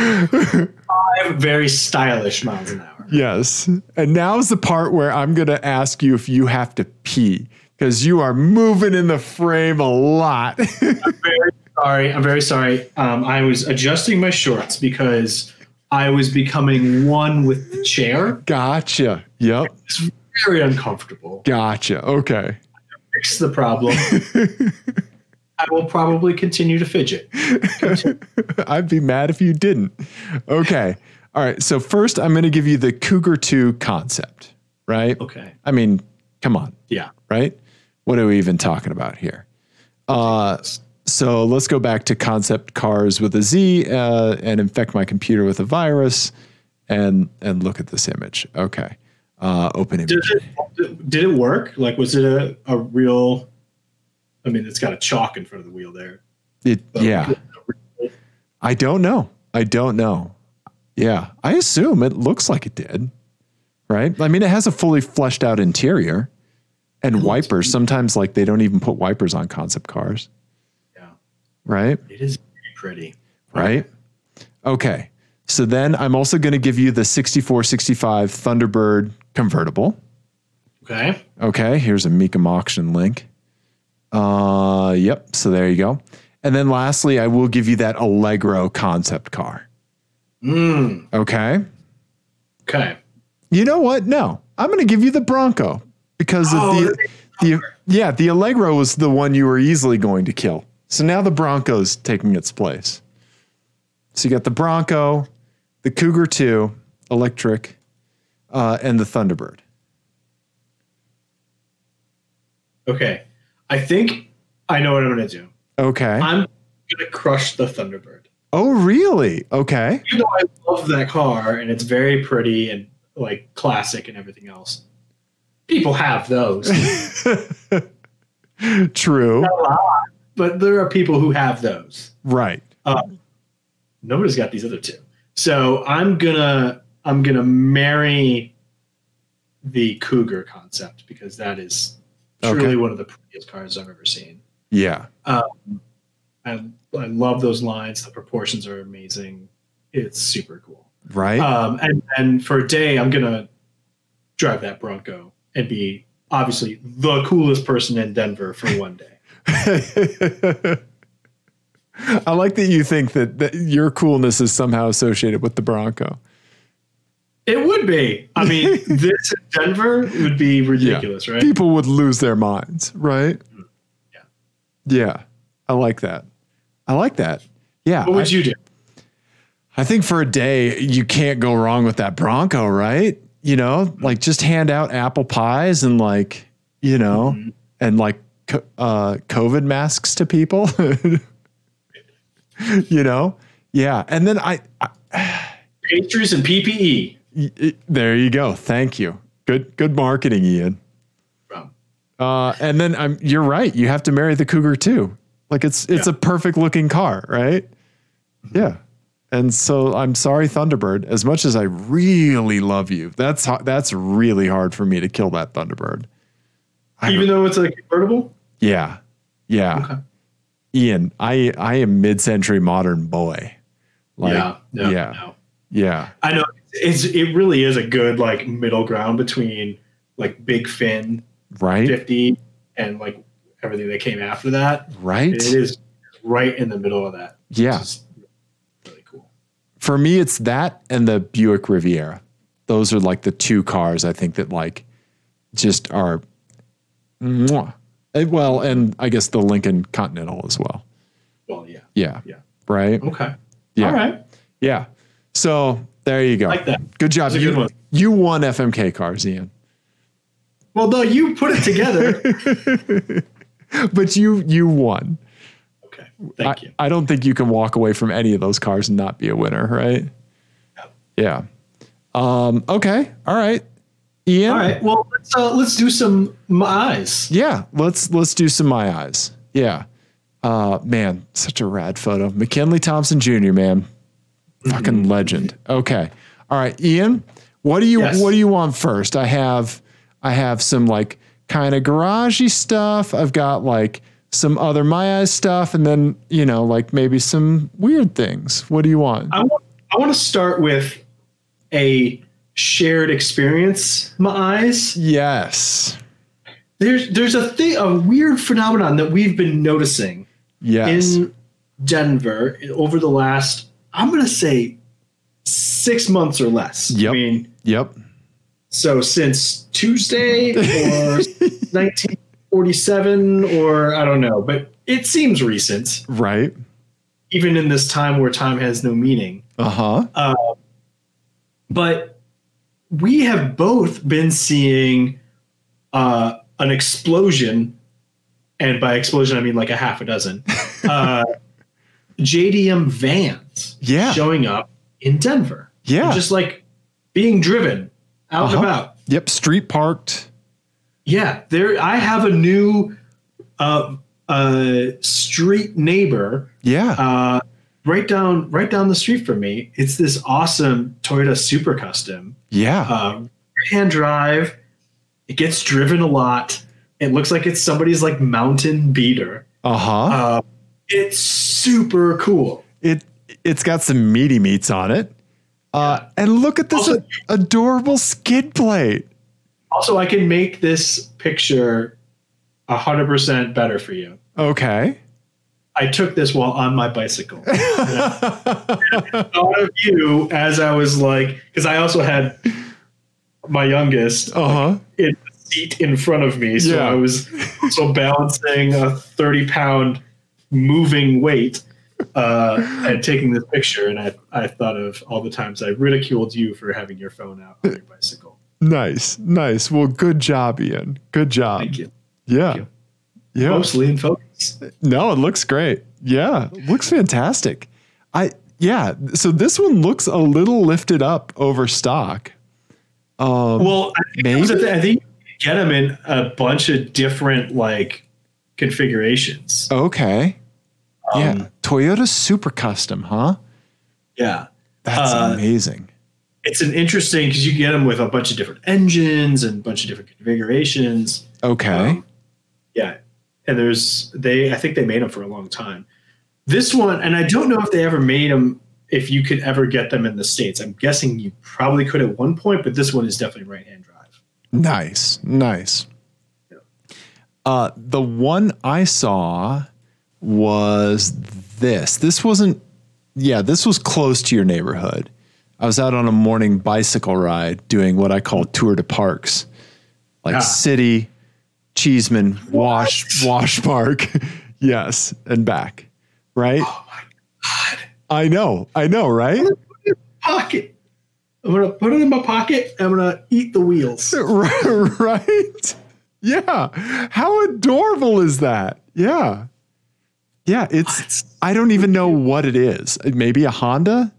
Five very stylish miles an hour. Yes. And now's the part where I'm going to ask you if you have to pee because you are moving in the frame a lot. very sorry. I'm very sorry. Um, I was adjusting my shorts because I was becoming one with the chair. gotcha. Yep. It's very uncomfortable. Gotcha. Okay. Fix the problem. I will probably continue to fidget. I'd be mad if you didn't. Okay. All right. So, first, I'm going to give you the Cougar 2 concept, right? Okay. I mean, come on, Yeah. right? What are we even talking about here? Uh, so let's go back to concept cars with a Z uh, and infect my computer with a virus and and look at this image. Okay. Uh, open Did image. it, did it work? Like, was it a, a real? I mean, it's got a chalk in front of the wheel there. It, but- yeah. I don't know. I don't know. Yeah. I assume it looks like it did. Right? I mean, it has a fully fleshed out interior and wipers. Sometimes, like, they don't even put wipers on concept cars. Yeah. Right? It is very pretty. right? Okay. So then I'm also going to give you the 64 65 Thunderbird convertible. Okay. Okay. Here's a Mecum auction link. Uh, yep. So there you go. And then lastly, I will give you that Allegro concept car. Mm, Okay. okay. You know what? No, I'm going to give you the Bronco because of Oh, the, the, yeah, the Allegro was the one you were easily going to kill. So now the Bronco's taking its place. So you got the Bronco, the Cougar 2, electric, uh, and the Thunderbird. Okay. I think I know what I'm gonna do. Okay. I'm gonna crush the Thunderbird. oh, really? Okay. Even though I love that car and it's very pretty and like classic and everything else, people have those. True. Not a lot, but there are people who have those. Right. Nobody's got these other two. So I'm gonna I'm gonna marry the Cougar concept because that is truly Okay. one of the prettiest cars I've ever seen. Yeah. I I love those lines. The proportions are amazing. It's super cool. Right. Um, and and for a day, I'm gonna drive that Bronco and be obviously the coolest person in Denver for one day. I like that you think that, that your coolness is somehow associated with the Bronco. It would be. I mean, this in Denver would be ridiculous, right? Mm-hmm. people would lose their minds, right? Yeah. Yeah. I like that. I like that. Yeah. What would I, you do? I think for a day, you can't go wrong with that Bronco, right? You know, like just hand out apple pies and like, you know, and like co- uh, COVID masks to people, you know? Yeah. And then I, I Pastries and E. PPE. y- y- there you go. Thank you. Good, good marketing, Ian. Um, Uh, and then I'm, you're right. You have to Mm-hmm. marry the cougar too. Like it's it's a perfect looking car, right? Yeah. And so I'm sorry, Thunderbird. As much as I really love you, that's ho- that's really hard for me to kill that Thunderbird. I- Even though it's a convertible? yeah, yeah. Okay. Ian, I I am mid-century modern boy. Like, yeah. No, yeah. no. yeah. I know it's it really is a good like middle ground between like Big Fin Right, 50 and like everything that came after that. right. It is right in the middle of that. Yeah. It's really cool. for me it's that and the Buick Riviera. Those are like the two cars I think that like just are mwah. And, well, and I guess the Lincoln Continental as well. Well, yeah. Yeah. Yeah. Right? Okay. Yeah. All right. Yeah. So there you go. Like that. Good job. That was a You, good one. you won FMK cars, Ian. Well, no, you put it together. But you you won. okay. Thank I, you. I don't think you can walk away from any of those cars and not be a winner, right? Yeah. Um, okay. All right. Ian. All right. Well, let's uh, let's do some my eyes. Yeah, let's let's do some my eyes. Yeah. Uh man, such a rad photo. McKinley Thompson Jr., man. Fucking Mm-hmm. legend. Okay. All right, Ian, what do you Yes. what do you want first? I have I have some like kind of garagey stuff. I've got like some other my eyes stuff and then, you know, like maybe some weird things. What do you want? I want I want to start with a shared experience. My eyes. yes. There's there's a thing a weird phenomenon that we've been noticing Yes. in Denver over the last I'm gonna say six months or less. Yep. I mean, yep. so since Tuesday or 1947 or I don't know, but it seems recent, Right. even in this time where time has no meaning. Uh-huh. But we have both been seeing uh, an explosion, and by explosion I mean like a half a dozen uh, JDM vans Yeah. showing up in Denver, Yeah. just like being driven out Uh-huh. and about. yep. Street parked. Yeah, there. I have a new uh, uh, street neighbor Yeah. uh, right down right down the street from me. It's this awesome Toyota Super Custom yeah. uh, hand drive. It gets driven a lot. It looks like it's somebody's like mountain beater. Uh-huh. Uh, it's super cool. It it's got some meaty meats on it. Uh, and look at this Also- a- adorable skid plate. Also, I can make this picture hundred percent better for you. Okay. I took this while on my bicycle. And I thought of you as I was like, because I also had my youngest Uh-huh. in the seat in front of me, so Yeah. I was so balancing a thirty-pound moving weight uh, and taking this picture. And I, I thought of all the times I ridiculed you for having your phone out on your bicycle. Nice. Nice. Well, good job, Ian. Good job. Thank you. Yeah. you. Yeah. Mostly in focus. No, it looks great. Yeah. it Looks fantastic. I yeah, so this one looks a little lifted up over stock. Um Well, I think, that was the maybe? thing. I think you can get them in a bunch of different like configurations. okay. Um, yeah. Toyota Super Custom, huh? yeah. That's Uh, amazing. It's an interesting because you can get them with a bunch of different engines and a bunch of different configurations. Okay. Um, yeah, and there's they. I think they made them for a long time. This one, and I don't know if they ever made them. If you could ever get them in the states, I'm guessing you probably could at one point, but this one is definitely right-hand drive. Nice, nice. Uh, the one I saw was this. This wasn't, yeah, this was close to your neighborhood. I was out on a morning bicycle ride doing what I call tour de parks, like Ah. city, Cheeseman, Wash, Wash Park, yes, and back. Right? I know, I know, right? Pocket. I'm gonna put it in my pocket. I'm gonna eat the wheels. right? Yeah. How adorable is that? Yeah. Yeah, it's I don't even know what it is. Maybe a Honda?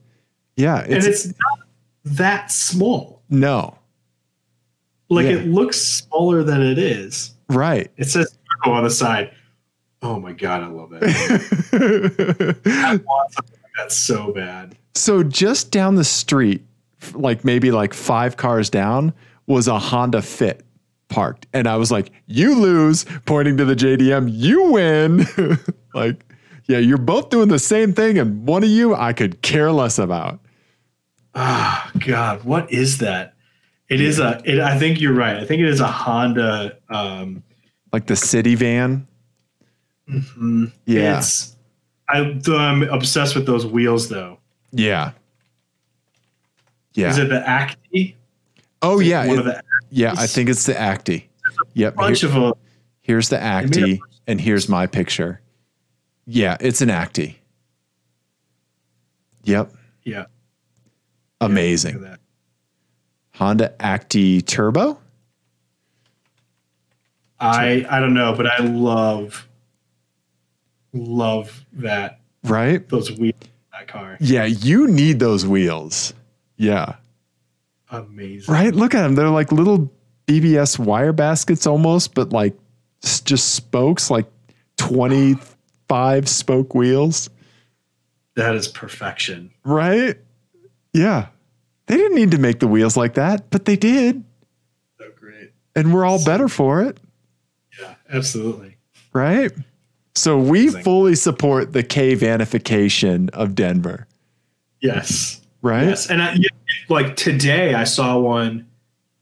Yeah, and it's, it's not that small. no. Like Yeah. it looks smaller than it is. Right. It says Turbo on the side. Oh my god, I love that. I want something like That's so bad. So just down the street, f- like maybe like five cars down, was a Honda Fit parked, and I was like, "You lose," pointing to the JDM. You win. like, yeah, you're both doing the same thing, and one of you I could care less about. Ah, God, what is that? It is a. It, I think you're right. I think it is a Honda. Um, Like the city van. mhm. Mm-hmm. Yeah. It's, I, I'm obsessed with those wheels, though. Yeah. Yeah. Is it the Acti? oh yeah. One it- of the yeah, I Actis? think it's the Acti. Yep. here- bunch of them. here's the made a Acti, and here's my picture. Yeah, it's an Acti. Yep. Yeah. Amazing. Look at that. Honda Acti Turbo. I I don't know, but I love love that Right. those wheels on that car. Yeah, you need those wheels. Yeah. Amazing. Right. Look at them. They're like little BBS wire baskets almost, but like s- just spokes, like twenty-five spoke wheels. That is perfection. Right? Yeah. They didn't need to make the wheels like that, but they did. So great. And we're all better for it, Yeah, absolutely. right? So we Amazing. fully support the K vanification of Denver, Yes. right? Yes. And I, yeah, like today, I saw one,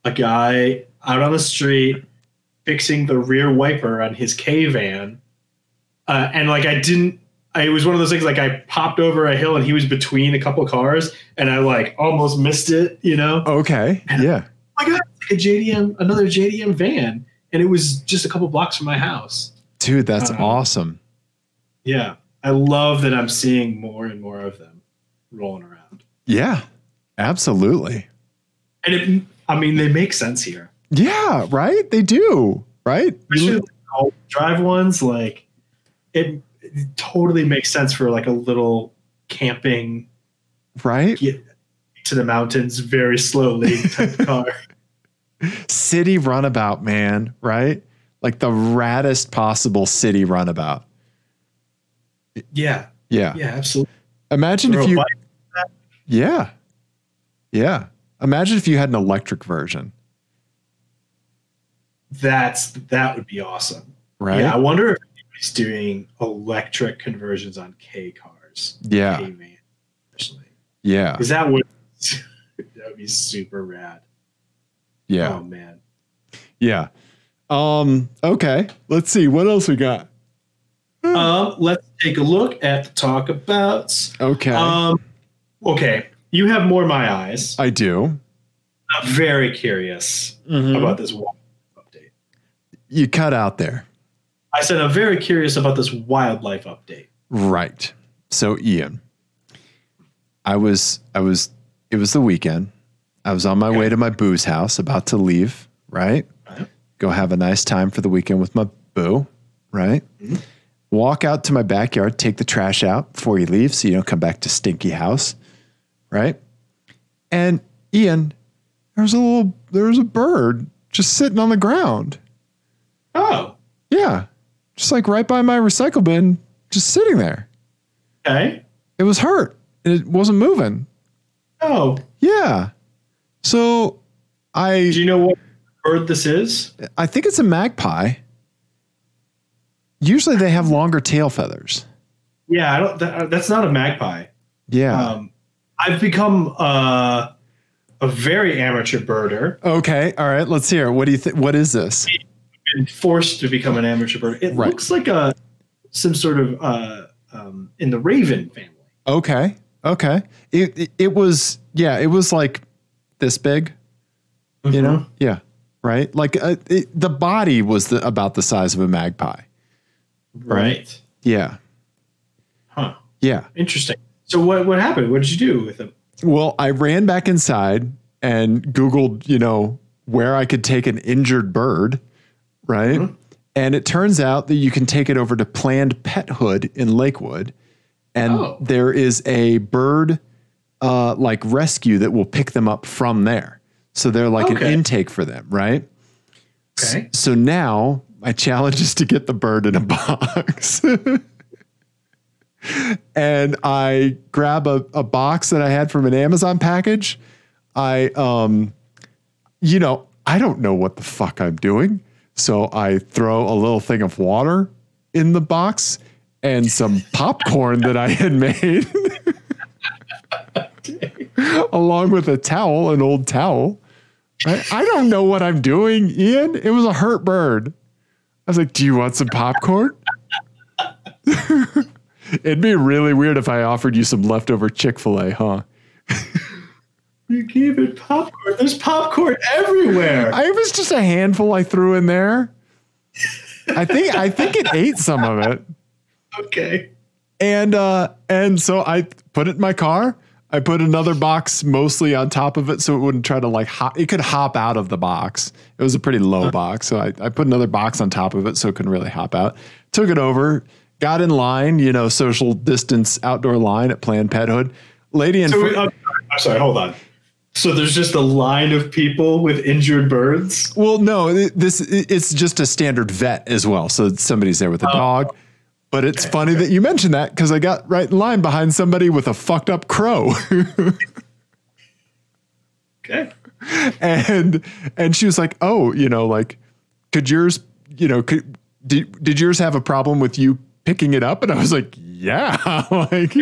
a guy out on the street fixing the rear wiper on his K van. Uh, and like, I didn't, I, it was one of those things like I popped over a hill and he was between a couple cars and I like almost missed it, you know? Okay. Yeah. Oh my God, it's like a JDM, another JDM van. And it was just a couple blocks from my house. Dude, that's Um, awesome. Yeah. I love that I'm seeing more and more of them rolling around. Yeah. Absolutely. And it, I mean, they make sense here. Yeah, right? They do, right? Especially like, all drive ones, like it, it totally makes sense for like a little camping Right? to the mountains very slowly type of car. City runabout, man, right? Like the raddest possible city runabout. Yeah. Yeah. Yeah, absolutely. Imagine Throw if a you bike- Yeah. Yeah. Imagine if you had an electric version, that's, that would be awesome. right? Yeah. I Yeah. wonder if anybody's doing electric conversions on K cars. Yeah. caveman, especially. Because that would that would be super rad. Yeah. Oh man. Yeah. Um, okay. Let's see. What else we got? Um, let's take a look at the talk abouts. Okay. Um, okay, you have more my eyes. I do. I'm very curious Mm-hmm. about this wild update. You cut out there. I said I'm very curious about this wildlife update. Right. So Ian, I was I was it was the weekend. I was on my way to my boo's house, about to leave, right? Right. Go have a nice time for the weekend with my boo, right? Walk out to my backyard, take the trash out before you leave so you don't come back to stinky house, right? And Ian, there was a little there was a bird just sitting on the ground. Oh, Yeah. Just like right by my recycle bin, just sitting there okay. it was hurt and it wasn't moving. Oh, Yeah. So do I you know what bird this is? I think it's a magpie. Usually they have longer tail feathers. Yeah, I don't. That, that's not a magpie. Yeah. Um, I've become uh, a very amateur birder. Oh. okay. All right. Let's hear. it. What do you think? What is this? been forced to become an amateur bird. It Right. looks like a some sort of uh, um, in the raven family. Okay. Okay. It, it it was yeah. It was like this big. You know. Yeah. Right. Like uh, it, the body was the, about the size of a magpie. right? Yeah. Huh. Yeah. Interesting. So what what happened? What did you do with them? Well, I ran back inside and Googled, you know, where I could take an injured bird, right? Mm-hmm. And it turns out that you can take it over to Planned Pethood in Lakewood. And Oh. there is a bird uh, like rescue that will pick them up from there. So they're like an Okay. intake for them, right? Okay. So now my challenge is to get the bird in a box. and I grab a, a box that I had from an Amazon package. I, um, you know, I don't know what the fuck I'm doing. So I throw a little thing of water in the box and some popcorn that I had made, along with a towel, an old towel. I, I don't know what I'm doing, Ian. It was a hurt bird. I was like, Do you want some popcorn? It'd be really weird if I offered you some leftover Chick fil A, huh? You gave it popcorn. There's popcorn everywhere. I it was just a handful I threw in there. I think I think it ate some of it. okay. And uh and so I put it in my car. I put another box mostly on top of it so it wouldn't try to like hop it could hop out of the box. It was a pretty low box. So I, I put another box on top of it so it couldn't really hop out. Took it over, got in line, you know, social distance outdoor line at Planned Pethood. Lady in So uh, front. we, I'm, sorry, I'm sorry. Hold on. So there's just a line of people with injured birds. Well, no, th- this it's just a standard vet as well. So somebody's there with a dog. But it's funny that you mentioned that because I got right in line behind somebody with a fucked up crow, Okay. and and she was like, "Oh, you know, like, could yours, you know, could did, did yours have a problem with you picking it up?" And I was like, "Yeah, like,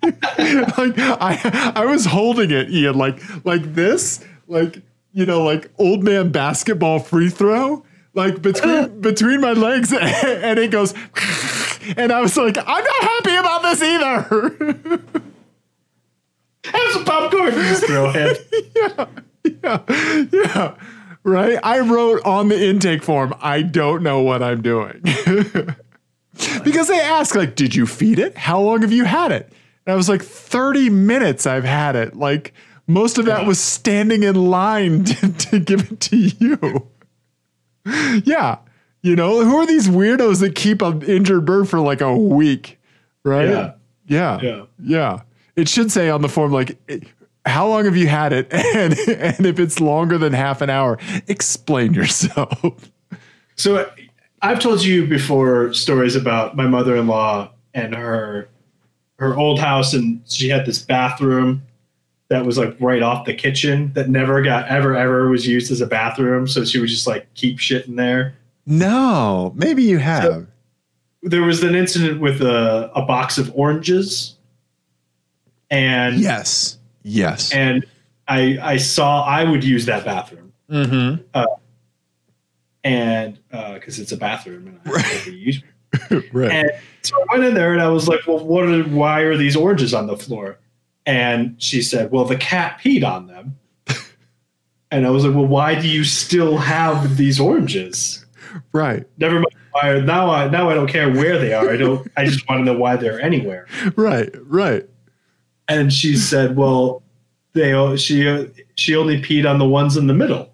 like I I was holding it, Ian, like like this, like you know, like old man basketball free throw, like between between my legs, and it goes, and I was like, I'm not happy about this either. Have some popcorn. Just throw it. yeah, yeah, right. I wrote on the intake form, I don't know what I'm doing. because they ask, like, did you feed it? How long have you had it? And I was like, 30 minutes I've had it. Like, most of that was standing in line to, to give it to you. yeah. You know, who are these weirdos that keep an injured bird for like a week? Right? Yeah. Yeah. Yeah. Yeah. It should say on the form, like, it- how long have you had it? And, and if it's longer than half an hour, explain yourself. So I've told you before stories about my mother-in-law and her her old house, and she had this bathroom that was like right off the kitchen that never got ever ever was used as a bathroom. So she would just like keep shit in there. No, maybe you have. There was an incident with a, a box of oranges, and yes. Yes. and I I saw I would use that bathroom. Mm-hmm. and because it's a bathroom and I Right. never use it. Right. And so I went in there and I was like, "Well, what? Are, why are these oranges on the floor?" And she said, "Well, the cat peed on them." and I was like, "Well, why do you still have these oranges?" right. Never mind. Why, now I now I don't care where they are. I don't. I just want to know why they're anywhere. Right. Right. And she said, "Well, they o- she she only peed on the ones in the middle."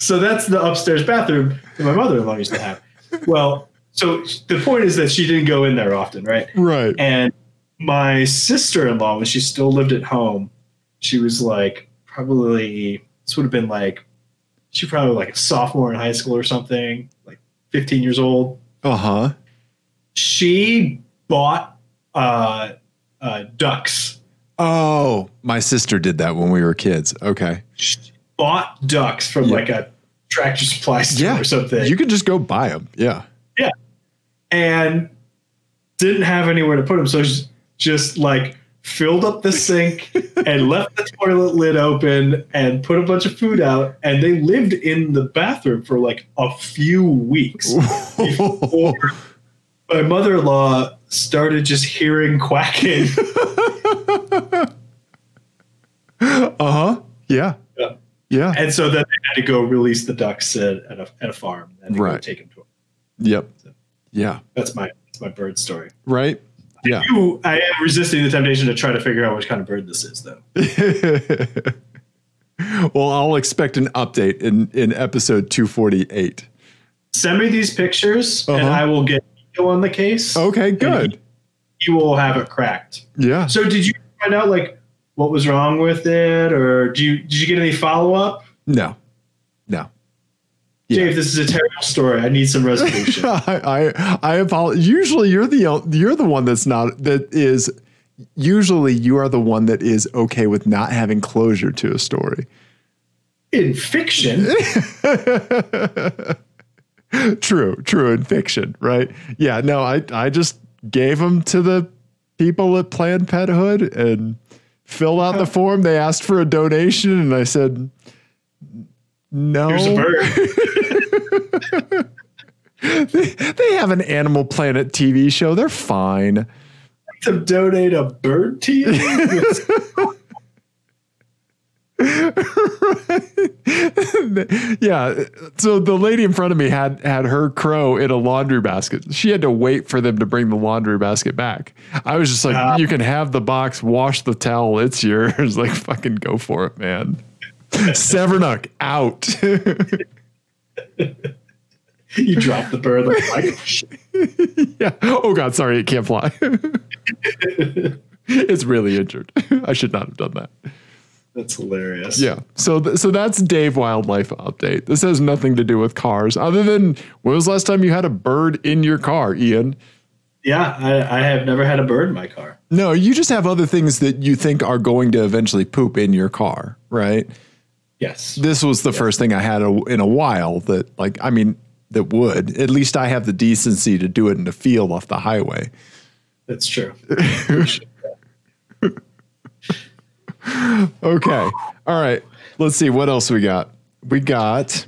so that's the upstairs bathroom that my mother-in-law used to have. Well, so the point is that she didn't go in there often, right? Right. And my sister-in-law, when she still lived at home, she was like probably this would have been like she probably like a sophomore in high school or something, like 15 years old Uh huh. she bought uh, uh, ducks. Oh, my sister did that when we were kids. Okay. She bought ducks from Yeah. like a tractor supply store Yeah. or something, You could just go buy them. Yeah. and didn't have anywhere to put them, so she just like filled up the sink and left the toilet lid open and put a bunch of food out, and they lived in the bathroom for like a few weeks. Before my mother-in-law started just hearing quacking. Uh huh. Yeah. Yeah. Yeah. And so then they had to go release the ducks at, at, a, at a farm and they go Right. take them to. Yep. Yeah. That's my that's my bird story. Right. Yeah. You, I am resisting the temptation to try to figure out which kind of bird this is, though. well, I'll expect an update in, in episode 248. Send me these pictures, and Uh-huh. Oh. I will get you on the case. Okay, good. You will have it cracked. Yeah. So, did you find out like what was wrong with it, or do you did you get any follow up? No, no. Dave, this is a terrible story. I need some resolution. I, I I apologize. Usually, you're the o- you're the one that's not that is. Usually, you are the one that is okay with not having closure to a story. In fiction, True, true in fiction, right? Yeah, no, I I just gave them to the people at Planned Parenthood and filled out the form. They asked for a donation, and I said, "No, here's a bird. they have an Animal Planet TV show. They're fine." to donate a bird to you? yeah. So the lady in front of me had had her crow in a laundry basket. She had to wait for them to bring the laundry basket back. I was just like, Ah. you can have the box, wash the towel, it's yours. Like, fucking go for it, man. Severnuk out. you drop the bird like, like shit. yeah. Oh God, sorry, it can't fly. it's really injured. I should not have done that. that's hilarious. Yeah. So th- so that's Dave Wildlife update. This has nothing to do with cars, other than when was the last time you had a bird in your car, Ian? yeah. I, I have never had a bird in my car. No, you just have other things that you think are going to eventually poop in your car, right? Yes, This was the first thing I had a, in a while that, like, I mean, that would. At least I have the decency to do it in the field off the highway. that's true. Okay. All right. Let's see what else we got. We got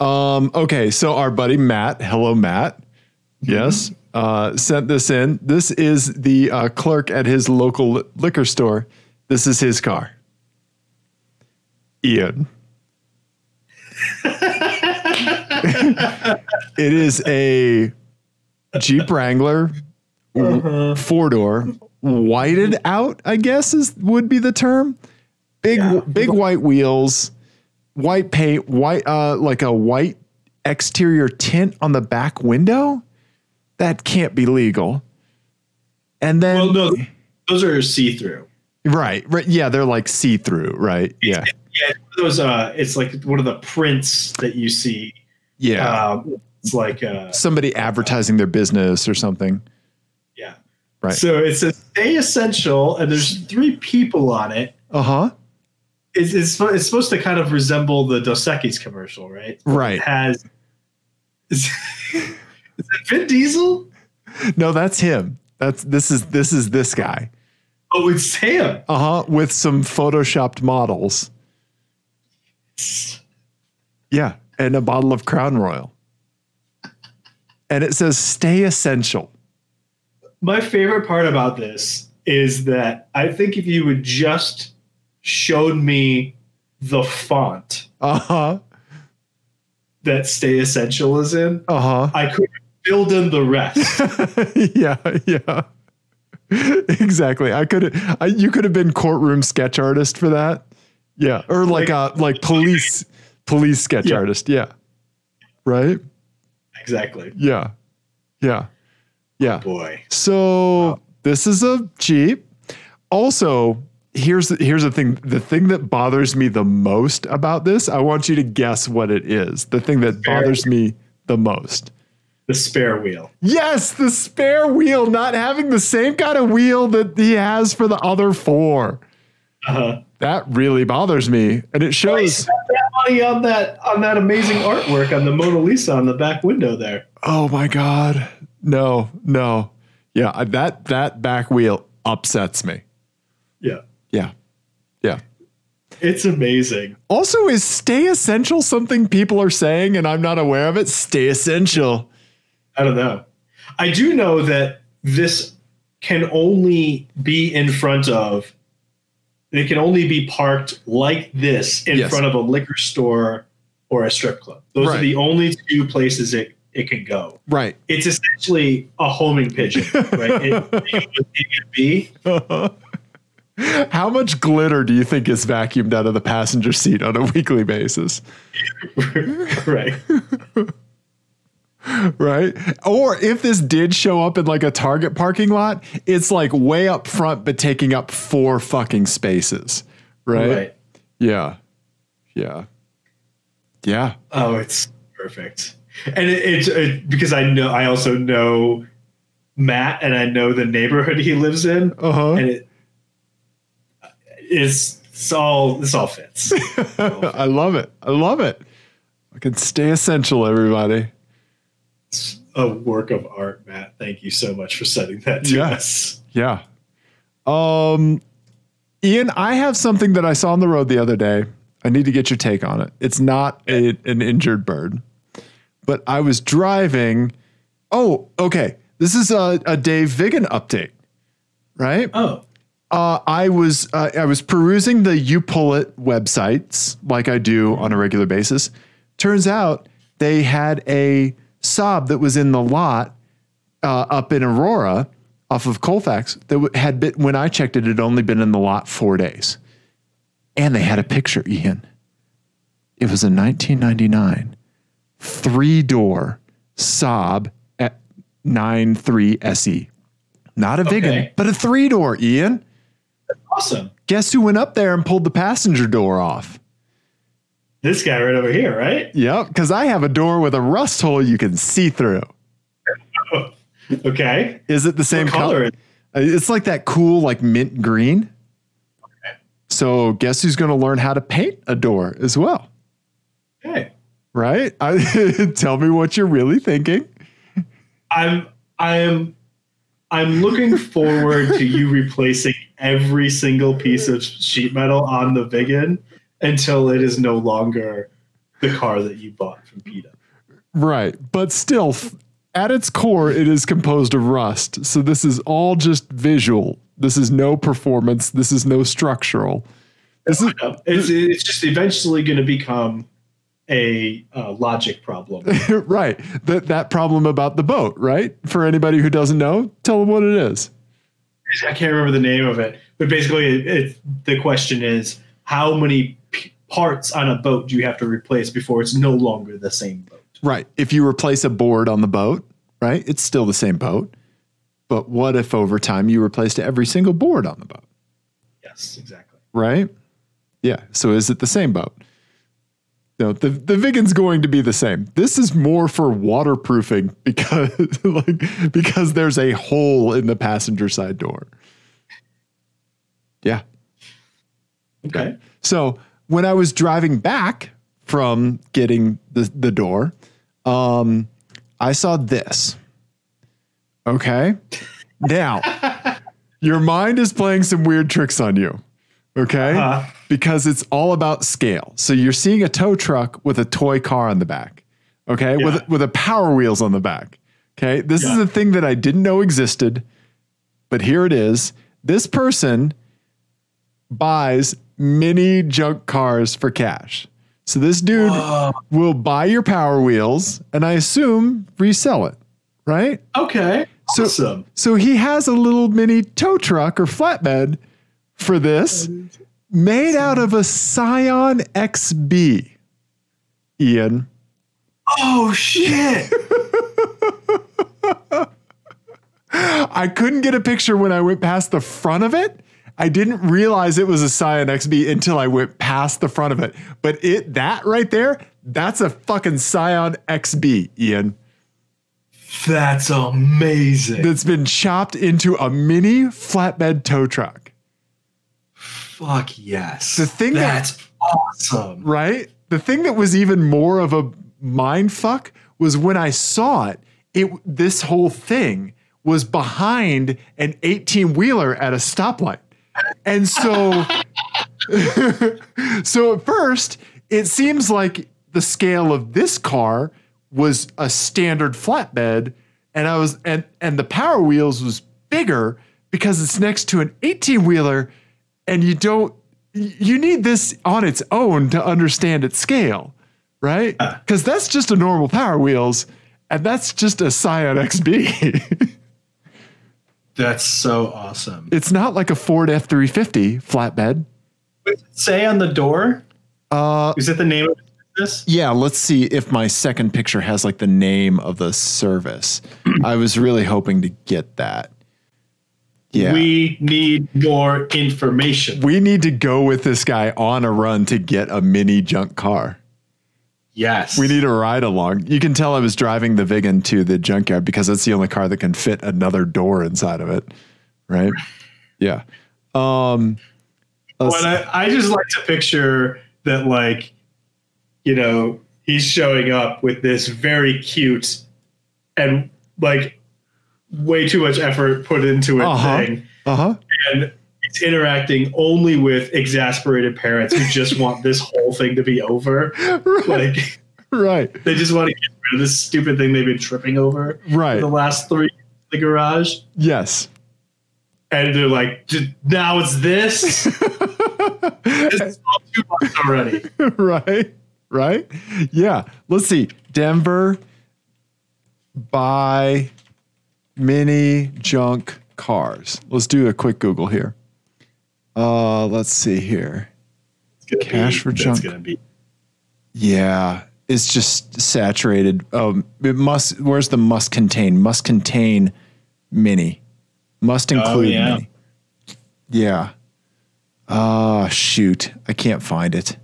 um okay, so our buddy Matt, hello Matt. Yes. Uh sent this in. This is the uh, clerk at his local li- liquor store. This is his car. Ian. it is a Jeep Wrangler Oh. four door, whited out, I guess is would be the term. Big Yeah. big white wheels, white paint, white uh like a white exterior tint on the back window. That can't be legal. And then Well, no, those are see through. right, right, yeah, they're like see through, right? Yeah, Yeah, it's one of those. Uh, it's like one of the prints that you see. yeah. Um, it's like uh, Somebody advertising their business or something. yeah. Right. So it says stay essential, and there's three people on it. Uh Uh-huh. huh. It's it's, fu- it's supposed to kind of resemble the Dos Equis commercial, right? Right. It has is, is that Vin Diesel? No, that's him. That's this is this is this guy. Oh, it's Sam. Uh huh. With some photoshopped models. Yeah, and a bottle of Crown Royal. And it says stay essential. My favorite part about this is that I think if you would just showed me the font Uh-huh. that Stay Essential is in, Uh-huh. I could build in the rest. yeah, yeah. exactly. I could I, you could have been courtroom sketch artist for that. Yeah, or like uh like police police sketch Yeah. artist. Yeah. Right? exactly. Yeah. Yeah. Yeah. Boy. So this is a Jeep. Also, here's the, here's the thing. The thing that bothers me the most about this, I want you to guess what it is. The thing that Spare. bothers me the most. The spare wheel. Yes, the spare wheel. Not having the same kind of wheel that he has for the other four. Uh-huh. That really bothers me, and it They shows. spent that money on that on that amazing artwork on the Mona Lisa on the back window there. Oh my god, no, no, yeah, I- that that back wheel upsets me. Yeah. Yeah, yeah. It's amazing. Also, is stay essential something people are saying and I'm not aware of it? Stay essential. I don't know. I do know that this can only be in front of. It can only be parked like this in Yes. front of a liquor store or a strip club. Those Right. are the only two places it, it can go. Right. It's essentially a homing pigeon, right? It, it, could- it could be. How much glitter do you think is vacuumed out of the passenger seat on a weekly basis? right. Right? Or if this did show up in like a Target parking lot, it's like way up front but taking up four fucking spaces. Right? Right. Yeah. Yeah. Yeah. Oh, it's super perfect. And it- it's it, because I know I also know Matt and I know the neighborhood he lives in, Uh and it is it's all this all fits. huh. I love it. I love it. I can stay essential, everybody. It's a work of art, Matt. Thank you so much for sending that to Yeah. us. Yeah. Um, Ian, I have something that I saw on the road the other day. I need to get your take on it. It's not a, an injured bird, but I was driving. Oh, okay. This is a, a Dave Vigan update, right? Oh, Uh, I was uh, I was perusing the You Pull It websites like I do on a regular basis. Turns out they had a sob that was in the lot uh, up in Aurora off of Colfax that w- had been when I checked it had only been in the lot four days, and they had a picture. Ian, it was a 1999 three door sob at 93 SE, E. not a Vigan, Okay. but a three door. Ian awesome! guess who went up there and pulled the passenger door off? This guy right over here, right? Yep, because I have a door with a rust hole you can see through. Okay. Is it the same What color? color? is- Uh, It's like that cool, like mint green. So guess who's going to learn how to paint a door as well, Okay. right? I, tell me what you're really thinking. I'm I'm I'm looking forward to you replacing every single piece of sheet metal on the Vigan until it is no longer the car that you bought from PETA. Right, but still, f- at its core, it is composed of rust. So this is all just visual. This is no performance. This is no structural. This is No, It's, it's just eventually going to become a uh, logic problem. right. That that problem about the boat, right? For anybody who doesn't know, tell them what it is. I can't remember the name of it, but basically, it, it, the question is how many p- parts on a boat do you have to replace before it's no longer the same boat? Right. If you replace a board on the boat, right? It's still the same boat. But what if over time you replaced every single board on the boat, Yes, exactly. right? Yeah. So is it the same boat? No, the the Vigan's going to be the same. This is more for waterproofing because like because there's a hole in the passenger side door. Yeah. Okay. So when I was driving back from getting the, the door, um, I saw this. Okay. Now, your mind is playing some weird tricks on you. Okay. Uh, Because it's all about scale. So you're seeing a tow truck with a toy car on the back. Okay. Yeah. With, with a power wheels on the back. Okay. This is Yeah. a thing that I didn't know existed, but here it is. This person buys mini junk cars for cash. So this dude Whoa. will buy your Power Wheels and I assume resell it, right? okay. So- awesome. So he has a little mini tow truck or flatbed for this made out of a Scion XB. Ian, Oh shit! I couldn't get a picture when I went past the front of it. I didn't realize it was a Scion XB until I went past the front of it. But it that right there, that's a fucking Scion XB, Ian. That's amazing. That's been chopped into a mini flatbed tow truck. Fuck yes. The thing that- that's awesome. right? The thing that was even more of a mind fuck was when I saw it, it this whole thing was behind an 18 wheeler at a stoplight. And so so at first, it seems like the scale of this car was a standard flatbed and I was and and the power wheels was bigger because it's next to an 18 wheeler and you don't you need this on its own to understand its scale, right? Cuz that's just a normal power wheels and that's just a Scion XB. That's so awesome. it's not like a Ford F350 flatbed. Say on the door. Uh Is it the name of this? Yeah, let's see if my second picture has like the name of the service. I was really hoping to get that. Yeah. We, We need more information. need to go with this guy on a run to get a mini junk car. Yes. We need a ride along. You can tell I was driving the Vigan to the junkyard because that's the only car that can fit another door inside of it, right? Yeah. Um, let's- But I, I just like to picture that, like, you know, he's showing up with this very cute and like way too much effort put into it Uh-huh. thing, uh-huh. and it's interacting only with exasperated parents who just want this whole thing to be over. Right, Like, right, they just want to get rid of this stupid thing they've been tripping over right. the last three in the garage, Yes. and they're like, "J- now it's this. this is all too much already. right? Right? Yeah. Let's see. Denver buy mini junk cars. Let's do a quick Google here. Uh, let's see here. It's gonna Cash for that's junk. gonna be Yeah, it's just saturated. Um, it must. Where's the must contain? Must contain mini. Must include yeah. mini. Yeah. Ah, shoot. I can't find it.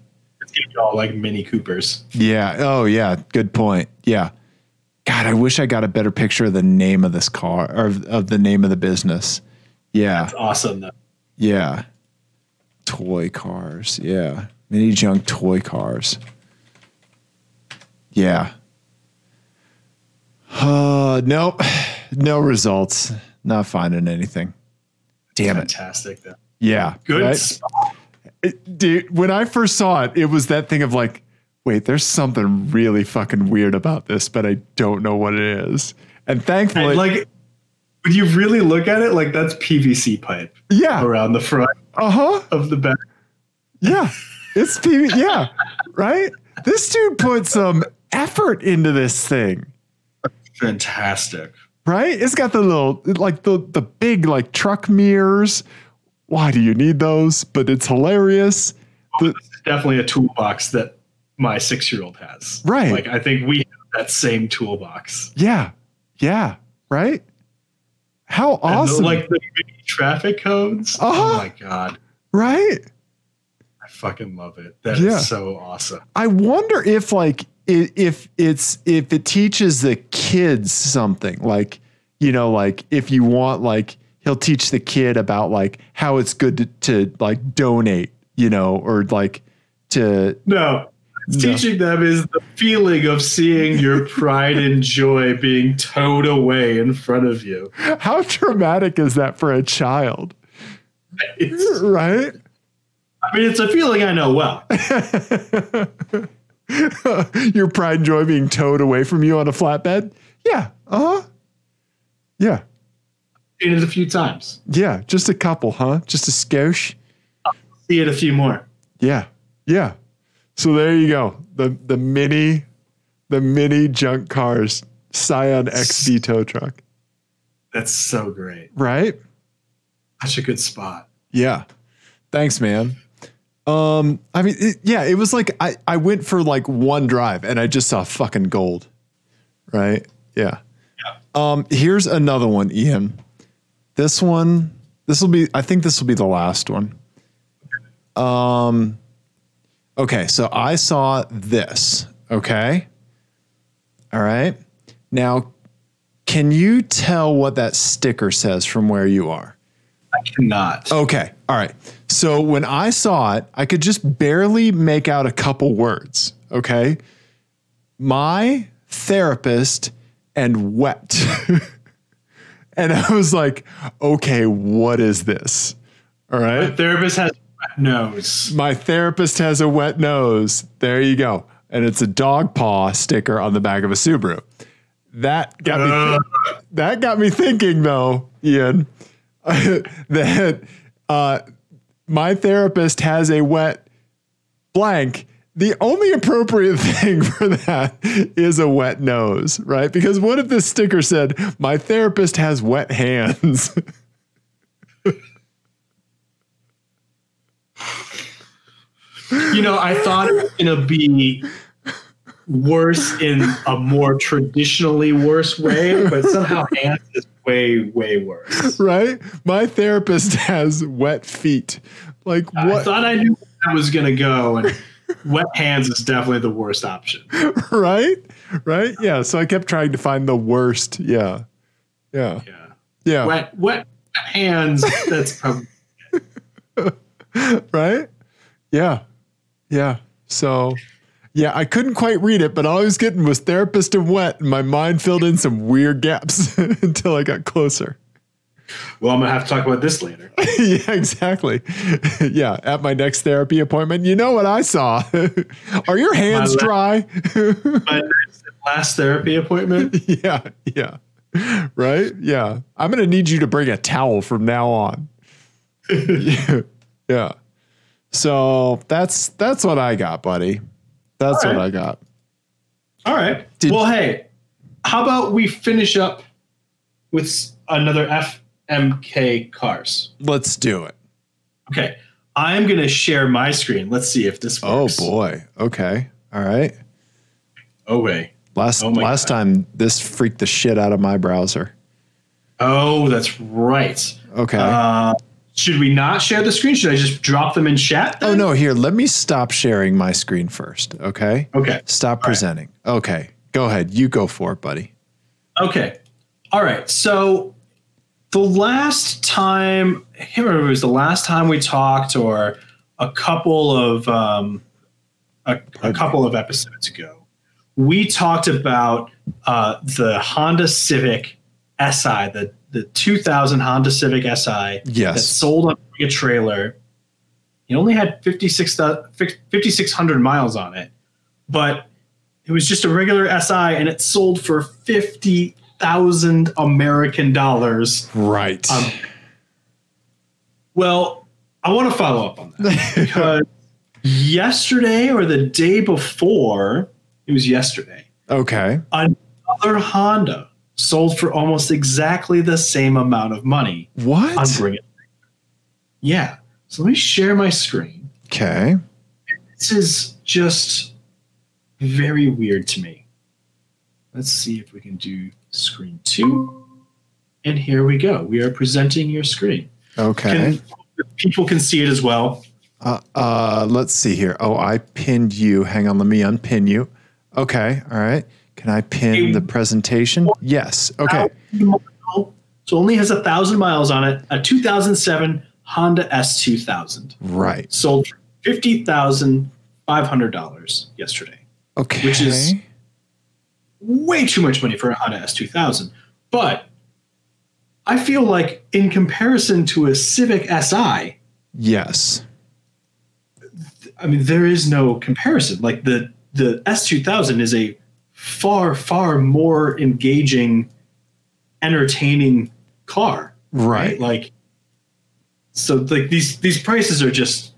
It's gonna be all like Mini Coopers. Yeah. Oh, yeah. Good point. Yeah. God, I wish I got a better picture of the name of this car or of, of the name of the business. Yeah. It's awesome though. Yeah. Toy cars. Yeah. Mini junk toy cars. Yeah. Uh, nope. No results. Not finding anything. Damn it. Fantastic though. Yeah. Good. right? spot. It- dude, when I first saw it, it was that thing of like, wait, there's something really fucking weird about this, but I don't know what it is. And And, thankfully, like when you really look at it, like that's PVC pipe yeah, around the front uh huh, of the back. yeah, it's PV, yeah, right. This dude put some effort into this thing, Fantastic. right? It's got the little, like the the big like truck mirrors. Why do you need those? But it's hilarious. The- It's definitely a toolbox that my six year old has. Right. Like I think we have that same toolbox. yeah, yeah, right. How And the- awesome, like the mini traffic codes. Uh-huh. Oh my god. right? I fucking love it. That is Yeah. so awesome. I wonder if like i- if it's if it teaches the kids something like you know like if you want like he'll teach the kid about like how it's good to, to like donate you know or like to No. it's No. Teaching them is the feeling of seeing your pride and joy being towed away in front of you. how traumatic is that for a child It's- right I mean, it's a feeling I know well. your pride and joy being towed away from you on a flatbed yeah uh-huh yeah Seen it a few times. yeah just a couple huh just a skosh See it a few more. Yeah. Yeah. So there you go. The the mini the mini junk cars Scion XD tow truck, That's so great. right? Such a good spot. Yeah. Thanks, man. Um I mean it, yeah, it was like I I went for like one drive and I just saw fucking gold. Right? Yeah. Um here's another one, Ian. This one this will be I think this will be the last one. Um okay, so I saw this, okay? All right. Now can you tell what that sticker says from where you are? I cannot. Okay. All right. So when I saw it, I could just barely make out a couple words. Okay. My therapist and wept. and I was like, okay, what is this? All right. The therapist has a red nose. My therapist has a wet nose. There you go. And it's a dog paw sticker on the back of a Subaru. That got me that got me thinking though, Ian, that uh, my therapist has a wet blank. The only appropriate thing for that is a wet nose, right? Because what if this sticker said, "My therapist has wet hands"? You know, I thought it was going to be worse in a more traditionally worse way, but somehow Hans is way, way worse. right? My therapist has wet feet. Like I what? thought I knew where that was going to go, and wet hands is definitely the worst option. right? Right? Yeah. So I kept trying to find the worst. Yeah. Yeah. Yeah. Yeah. Wet wet hands. That's probably right? Yeah. Yeah. So, yeah, I couldn't quite read it, but all I was getting was therapist and wet, and my mind filled in some weird gaps until I got closer. well. I'm gonna have to talk about this later. yeah, exactly. yeah, at my next therapy appointment, you know what I saw? Are your hands left- dry? My next and last therapy appointment. yeah, yeah. Right? Yeah. I'm going to need you to bring a towel from now on. yeah. yeah. So, that's that's what I got, buddy. That's All what right. I got. All right. Did- well, hey, how about we finish up with s- another FMK cars? Let's do it. Okay. I'm gonna share my screen. Let's see if this Oh works. boy. Okay. All right. Oh wait. Last Oh my last God. time this freaked the shit out of my browser. Oh, that's right. Okay. Uh, should we not share the screen? Should I just drop them in chat? oh then? no, here, let me stop sharing my screen first. Okay? Okay. Stop presenting. Okay. Go ahead. You go for it, buddy. Okay. All right. So the last time, I can't remember if it was the last time we talked or a couple of um, a, a couple of episodes ago, we talked about uh, the Honda Civic SI, the the 2000 Honda Civic SI that Yes. sold on a trailer. It only had 56 thou- fif- 5,600 miles on it, but it was just a regular SI and it sold for 50,000 American dollars. Right. Um, Well, I want to follow up on that because yesterday or the day before, it was yesterday, okay. another Honda sold for almost exactly the same amount of money on What? Bring It. Yeah. So let me share my screen. Okay. This is just very weird to me. Let's see if we can do screen two. And here we go. We are presenting your screen. Okay. Can, people can see it as well. Uh, uh, let's see here. Oh, I pinned you. Hang on. Let me unpin you. Okay. All right. Can I pin Hey. the presentation? Yes. Okay. So it only has a thousand miles on it. A 2007 Honda S2000 Right. sold for fifty thousand five hundred dollars yesterday. Okay. Which is- way too much money for a Honda S2000. But I feel like, in comparison to a Civic Si, I yes. mean, there is no comparison. Like the the S2000 is a far far more engaging, entertaining car, Right. Like, so like these these prices are just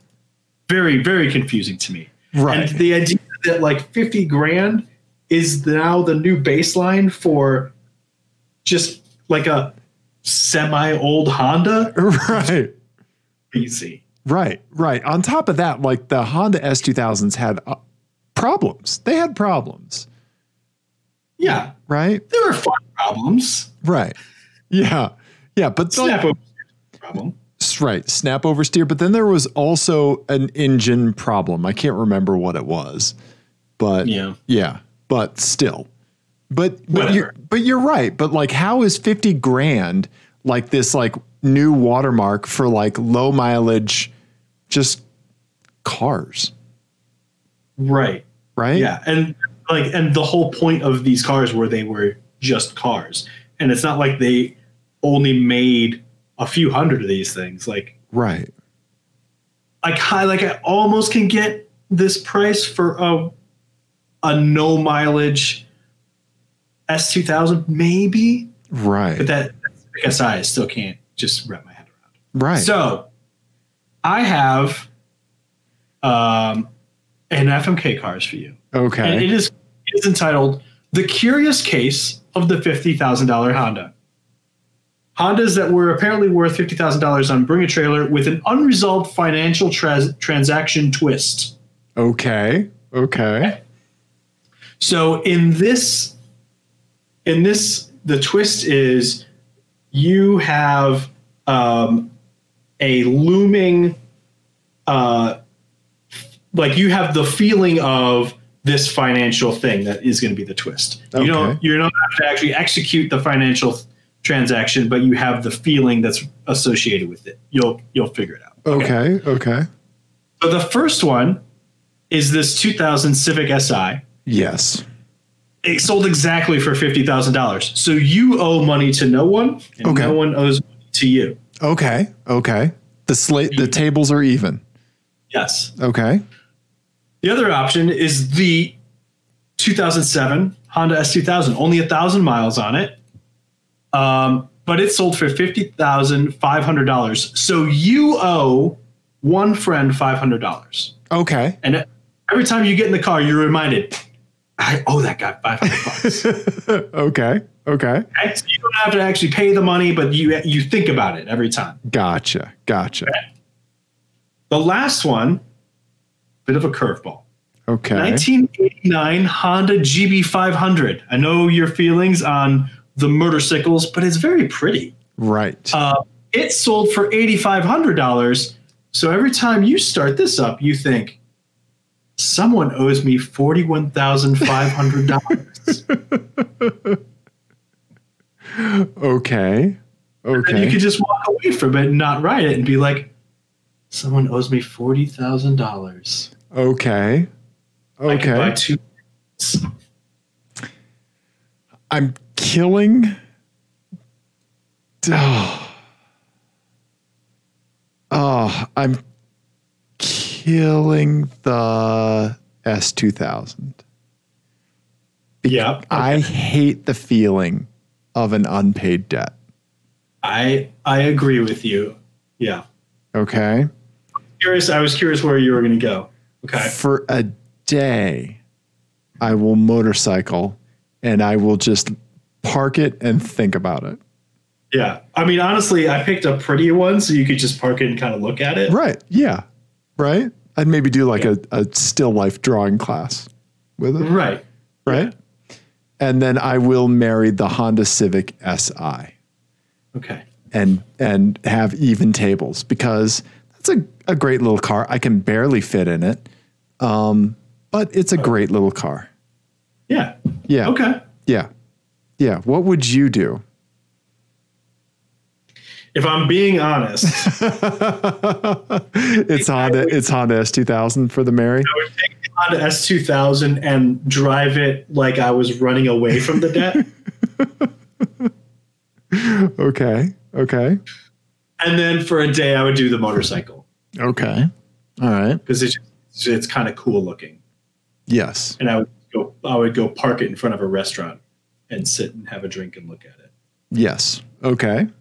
very very confusing to me. Right. And the idea that like 50 grand is now the new baseline for just like a semi old Honda, right. easy. Right. Right. On top of that, like the Honda S2000s had uh, problems. They had problems. Yeah, Right. there are fun problems. Right. Yeah. Yeah. But the- Snap over problem. S- Right, snap oversteer. But then there was also an engine problem. I can't remember what it was, but yeah, Yeah. but still, but but Whatever. you're, but you're right. But like, how is fifty grand like this like new watermark for like low mileage, just cars, Right. right? Yeah. And like and the whole point of these cars were they were just cars. And it's not like they only made a few hundred of these things. Like right, like I like I almost can get this price for a a no mileage S two thousand maybe, right, but that I guess I still can't just wrap my head around. right. So I have um, an FMK cars for you, and okay, it is it is entitled "The Curious Case of the Fifty Thousand Dollar Honda." Hondas that were apparently worth fifty thousand dollars on Bring a Trailer with an unresolved financial tra- transaction twist. okay, okay, So in this, in this, the twist is you have um, a looming uh, like you have the feeling of this financial thing that is going to be the twist. Okay. You don't you don't have to actually execute the financial th- transaction, but you have the feeling that's associated with it. You'll you'll figure it out. Okay. Okay. So the first one is this 2000 Civic SI. Yes. It sold exactly for fifty thousand dollars. So you owe money to no one, and Okay. no one owes money to you. Okay. Okay. The slate, the tables are even. Yes. Okay. The other option is the 2007 Honda S2000, only a thousand miles on it, um, but it sold for fifty thousand five hundred dollars. So you owe one friend five hundred dollars, Okay. and every time you get in the car, you're reminded, I owe that guy five hundred bucks. okay. Okay. Okay? So you don't have to actually pay the money, but you you think about it every time. Gotcha. Gotcha. The last one, bit of a curveball. Okay. 1989 Honda GB500. I know your feelings on the motorcycles, but it's very pretty. Right. Uh, it sold for $8,500. So every time you start this up, you think, someone owes me $41,500. Okay. And you Okay. could just walk away from it and not write it and be like, someone owes me $40,000. Okay. I could buy Okay. two. I'm killing. Oh. oh, I'm killing the S2000. Yeah. I hate the feeling of an unpaid debt. I, I agree with you. Yeah. Okay. curious. I was curious where you were going to go. Okay. For a day, I will motorcycle and I will just park it and think about it. Yeah. I mean, honestly, I picked a pretty one so you could just park it and kind of look at it. Right. Yeah. Right. I'd maybe do like a, a still life drawing class with it. Right. Right. And then I will marry the Honda Civic SI Okay. and and have even tables because that's a, a great little car. I can barely fit in it. Um, but it's a great little car. Yeah. Yeah. Okay. Yeah. Yeah. What would you do? If I'm being honest, I It's Honda it's Honda S two thousand for the Mary. would take the Honda S2000 and drive it like I was running away from the debt. Okay. Okay. and then for a day, I would do the motorcycle Okay. All right. because it's, just- it's kind of cool looking. Yes. And I would go, I would go park it in front of a restaurant and sit and have a drink and look at it. Yes. Okay.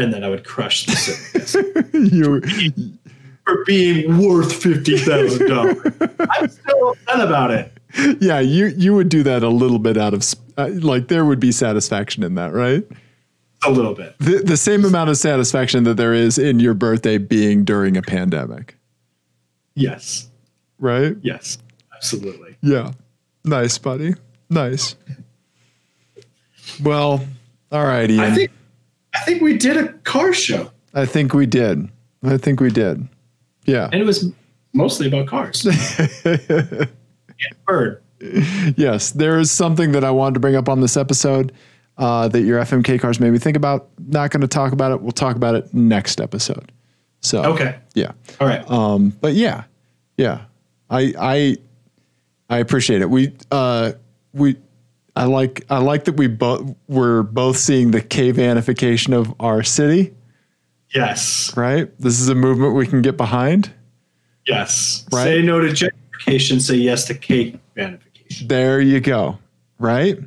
And then I would crush the city. you for being worth fifty thousand dollars. I'm still upset about it. yeah, you you would do that a little bit out of sp- uh, like there would be satisfaction in that, right? A little bit. The the same amount of satisfaction that there is in your birthday being during a pandemic, Yes. right? Yes. Absolutely. Yeah. Nice, buddy. Nice. Well, all right, Ian. I think I think we did a car show. I think we did. I think we did. Yeah. And it was mostly about cars. and bird. Yes, there is something that I wanted to bring up on this episode uh, that your FMK cars made me think about. Not going to talk about it. We'll talk about it next episode. So Okay. yeah, All right. um, but yeah, yeah, I I I appreciate it. We uh, we I like I like that we both we're both seeing the cavanification of our city. yes. Right, this is a movement we can get behind. Yes. Right. Say no to gentrification, say yes to cake vanification. There you go. Right?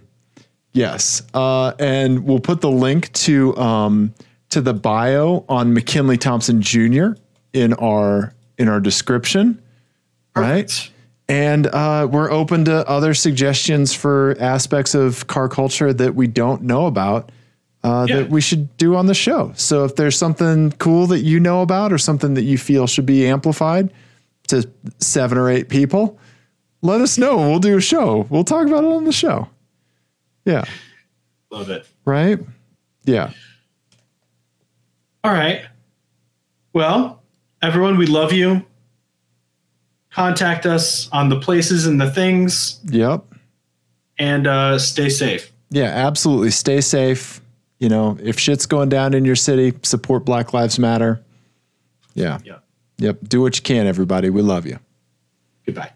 Yes. Uh, and we'll put the link to um, to the bio on McKinley Thompson Jr. in our in our description. Right. And uh, we're open to other suggestions for aspects of car culture that we don't know about uh, Yeah. that we should do on the show. So if there's something cool that you know about or something that you feel should be amplified to seven or eight people, let us know. We'll do a show. We'll talk about it on the show. Yeah. Love it. Right. Yeah. All right. Well, everyone, we love you. Contact us on the places and the things, Yep. and uh, stay safe. Yeah, absolutely. Stay safe. You know, if shit's going down in your city, support Black Lives Matter. Yeah. Yeah. Yep. Do what you can, everybody. We love you. Goodbye.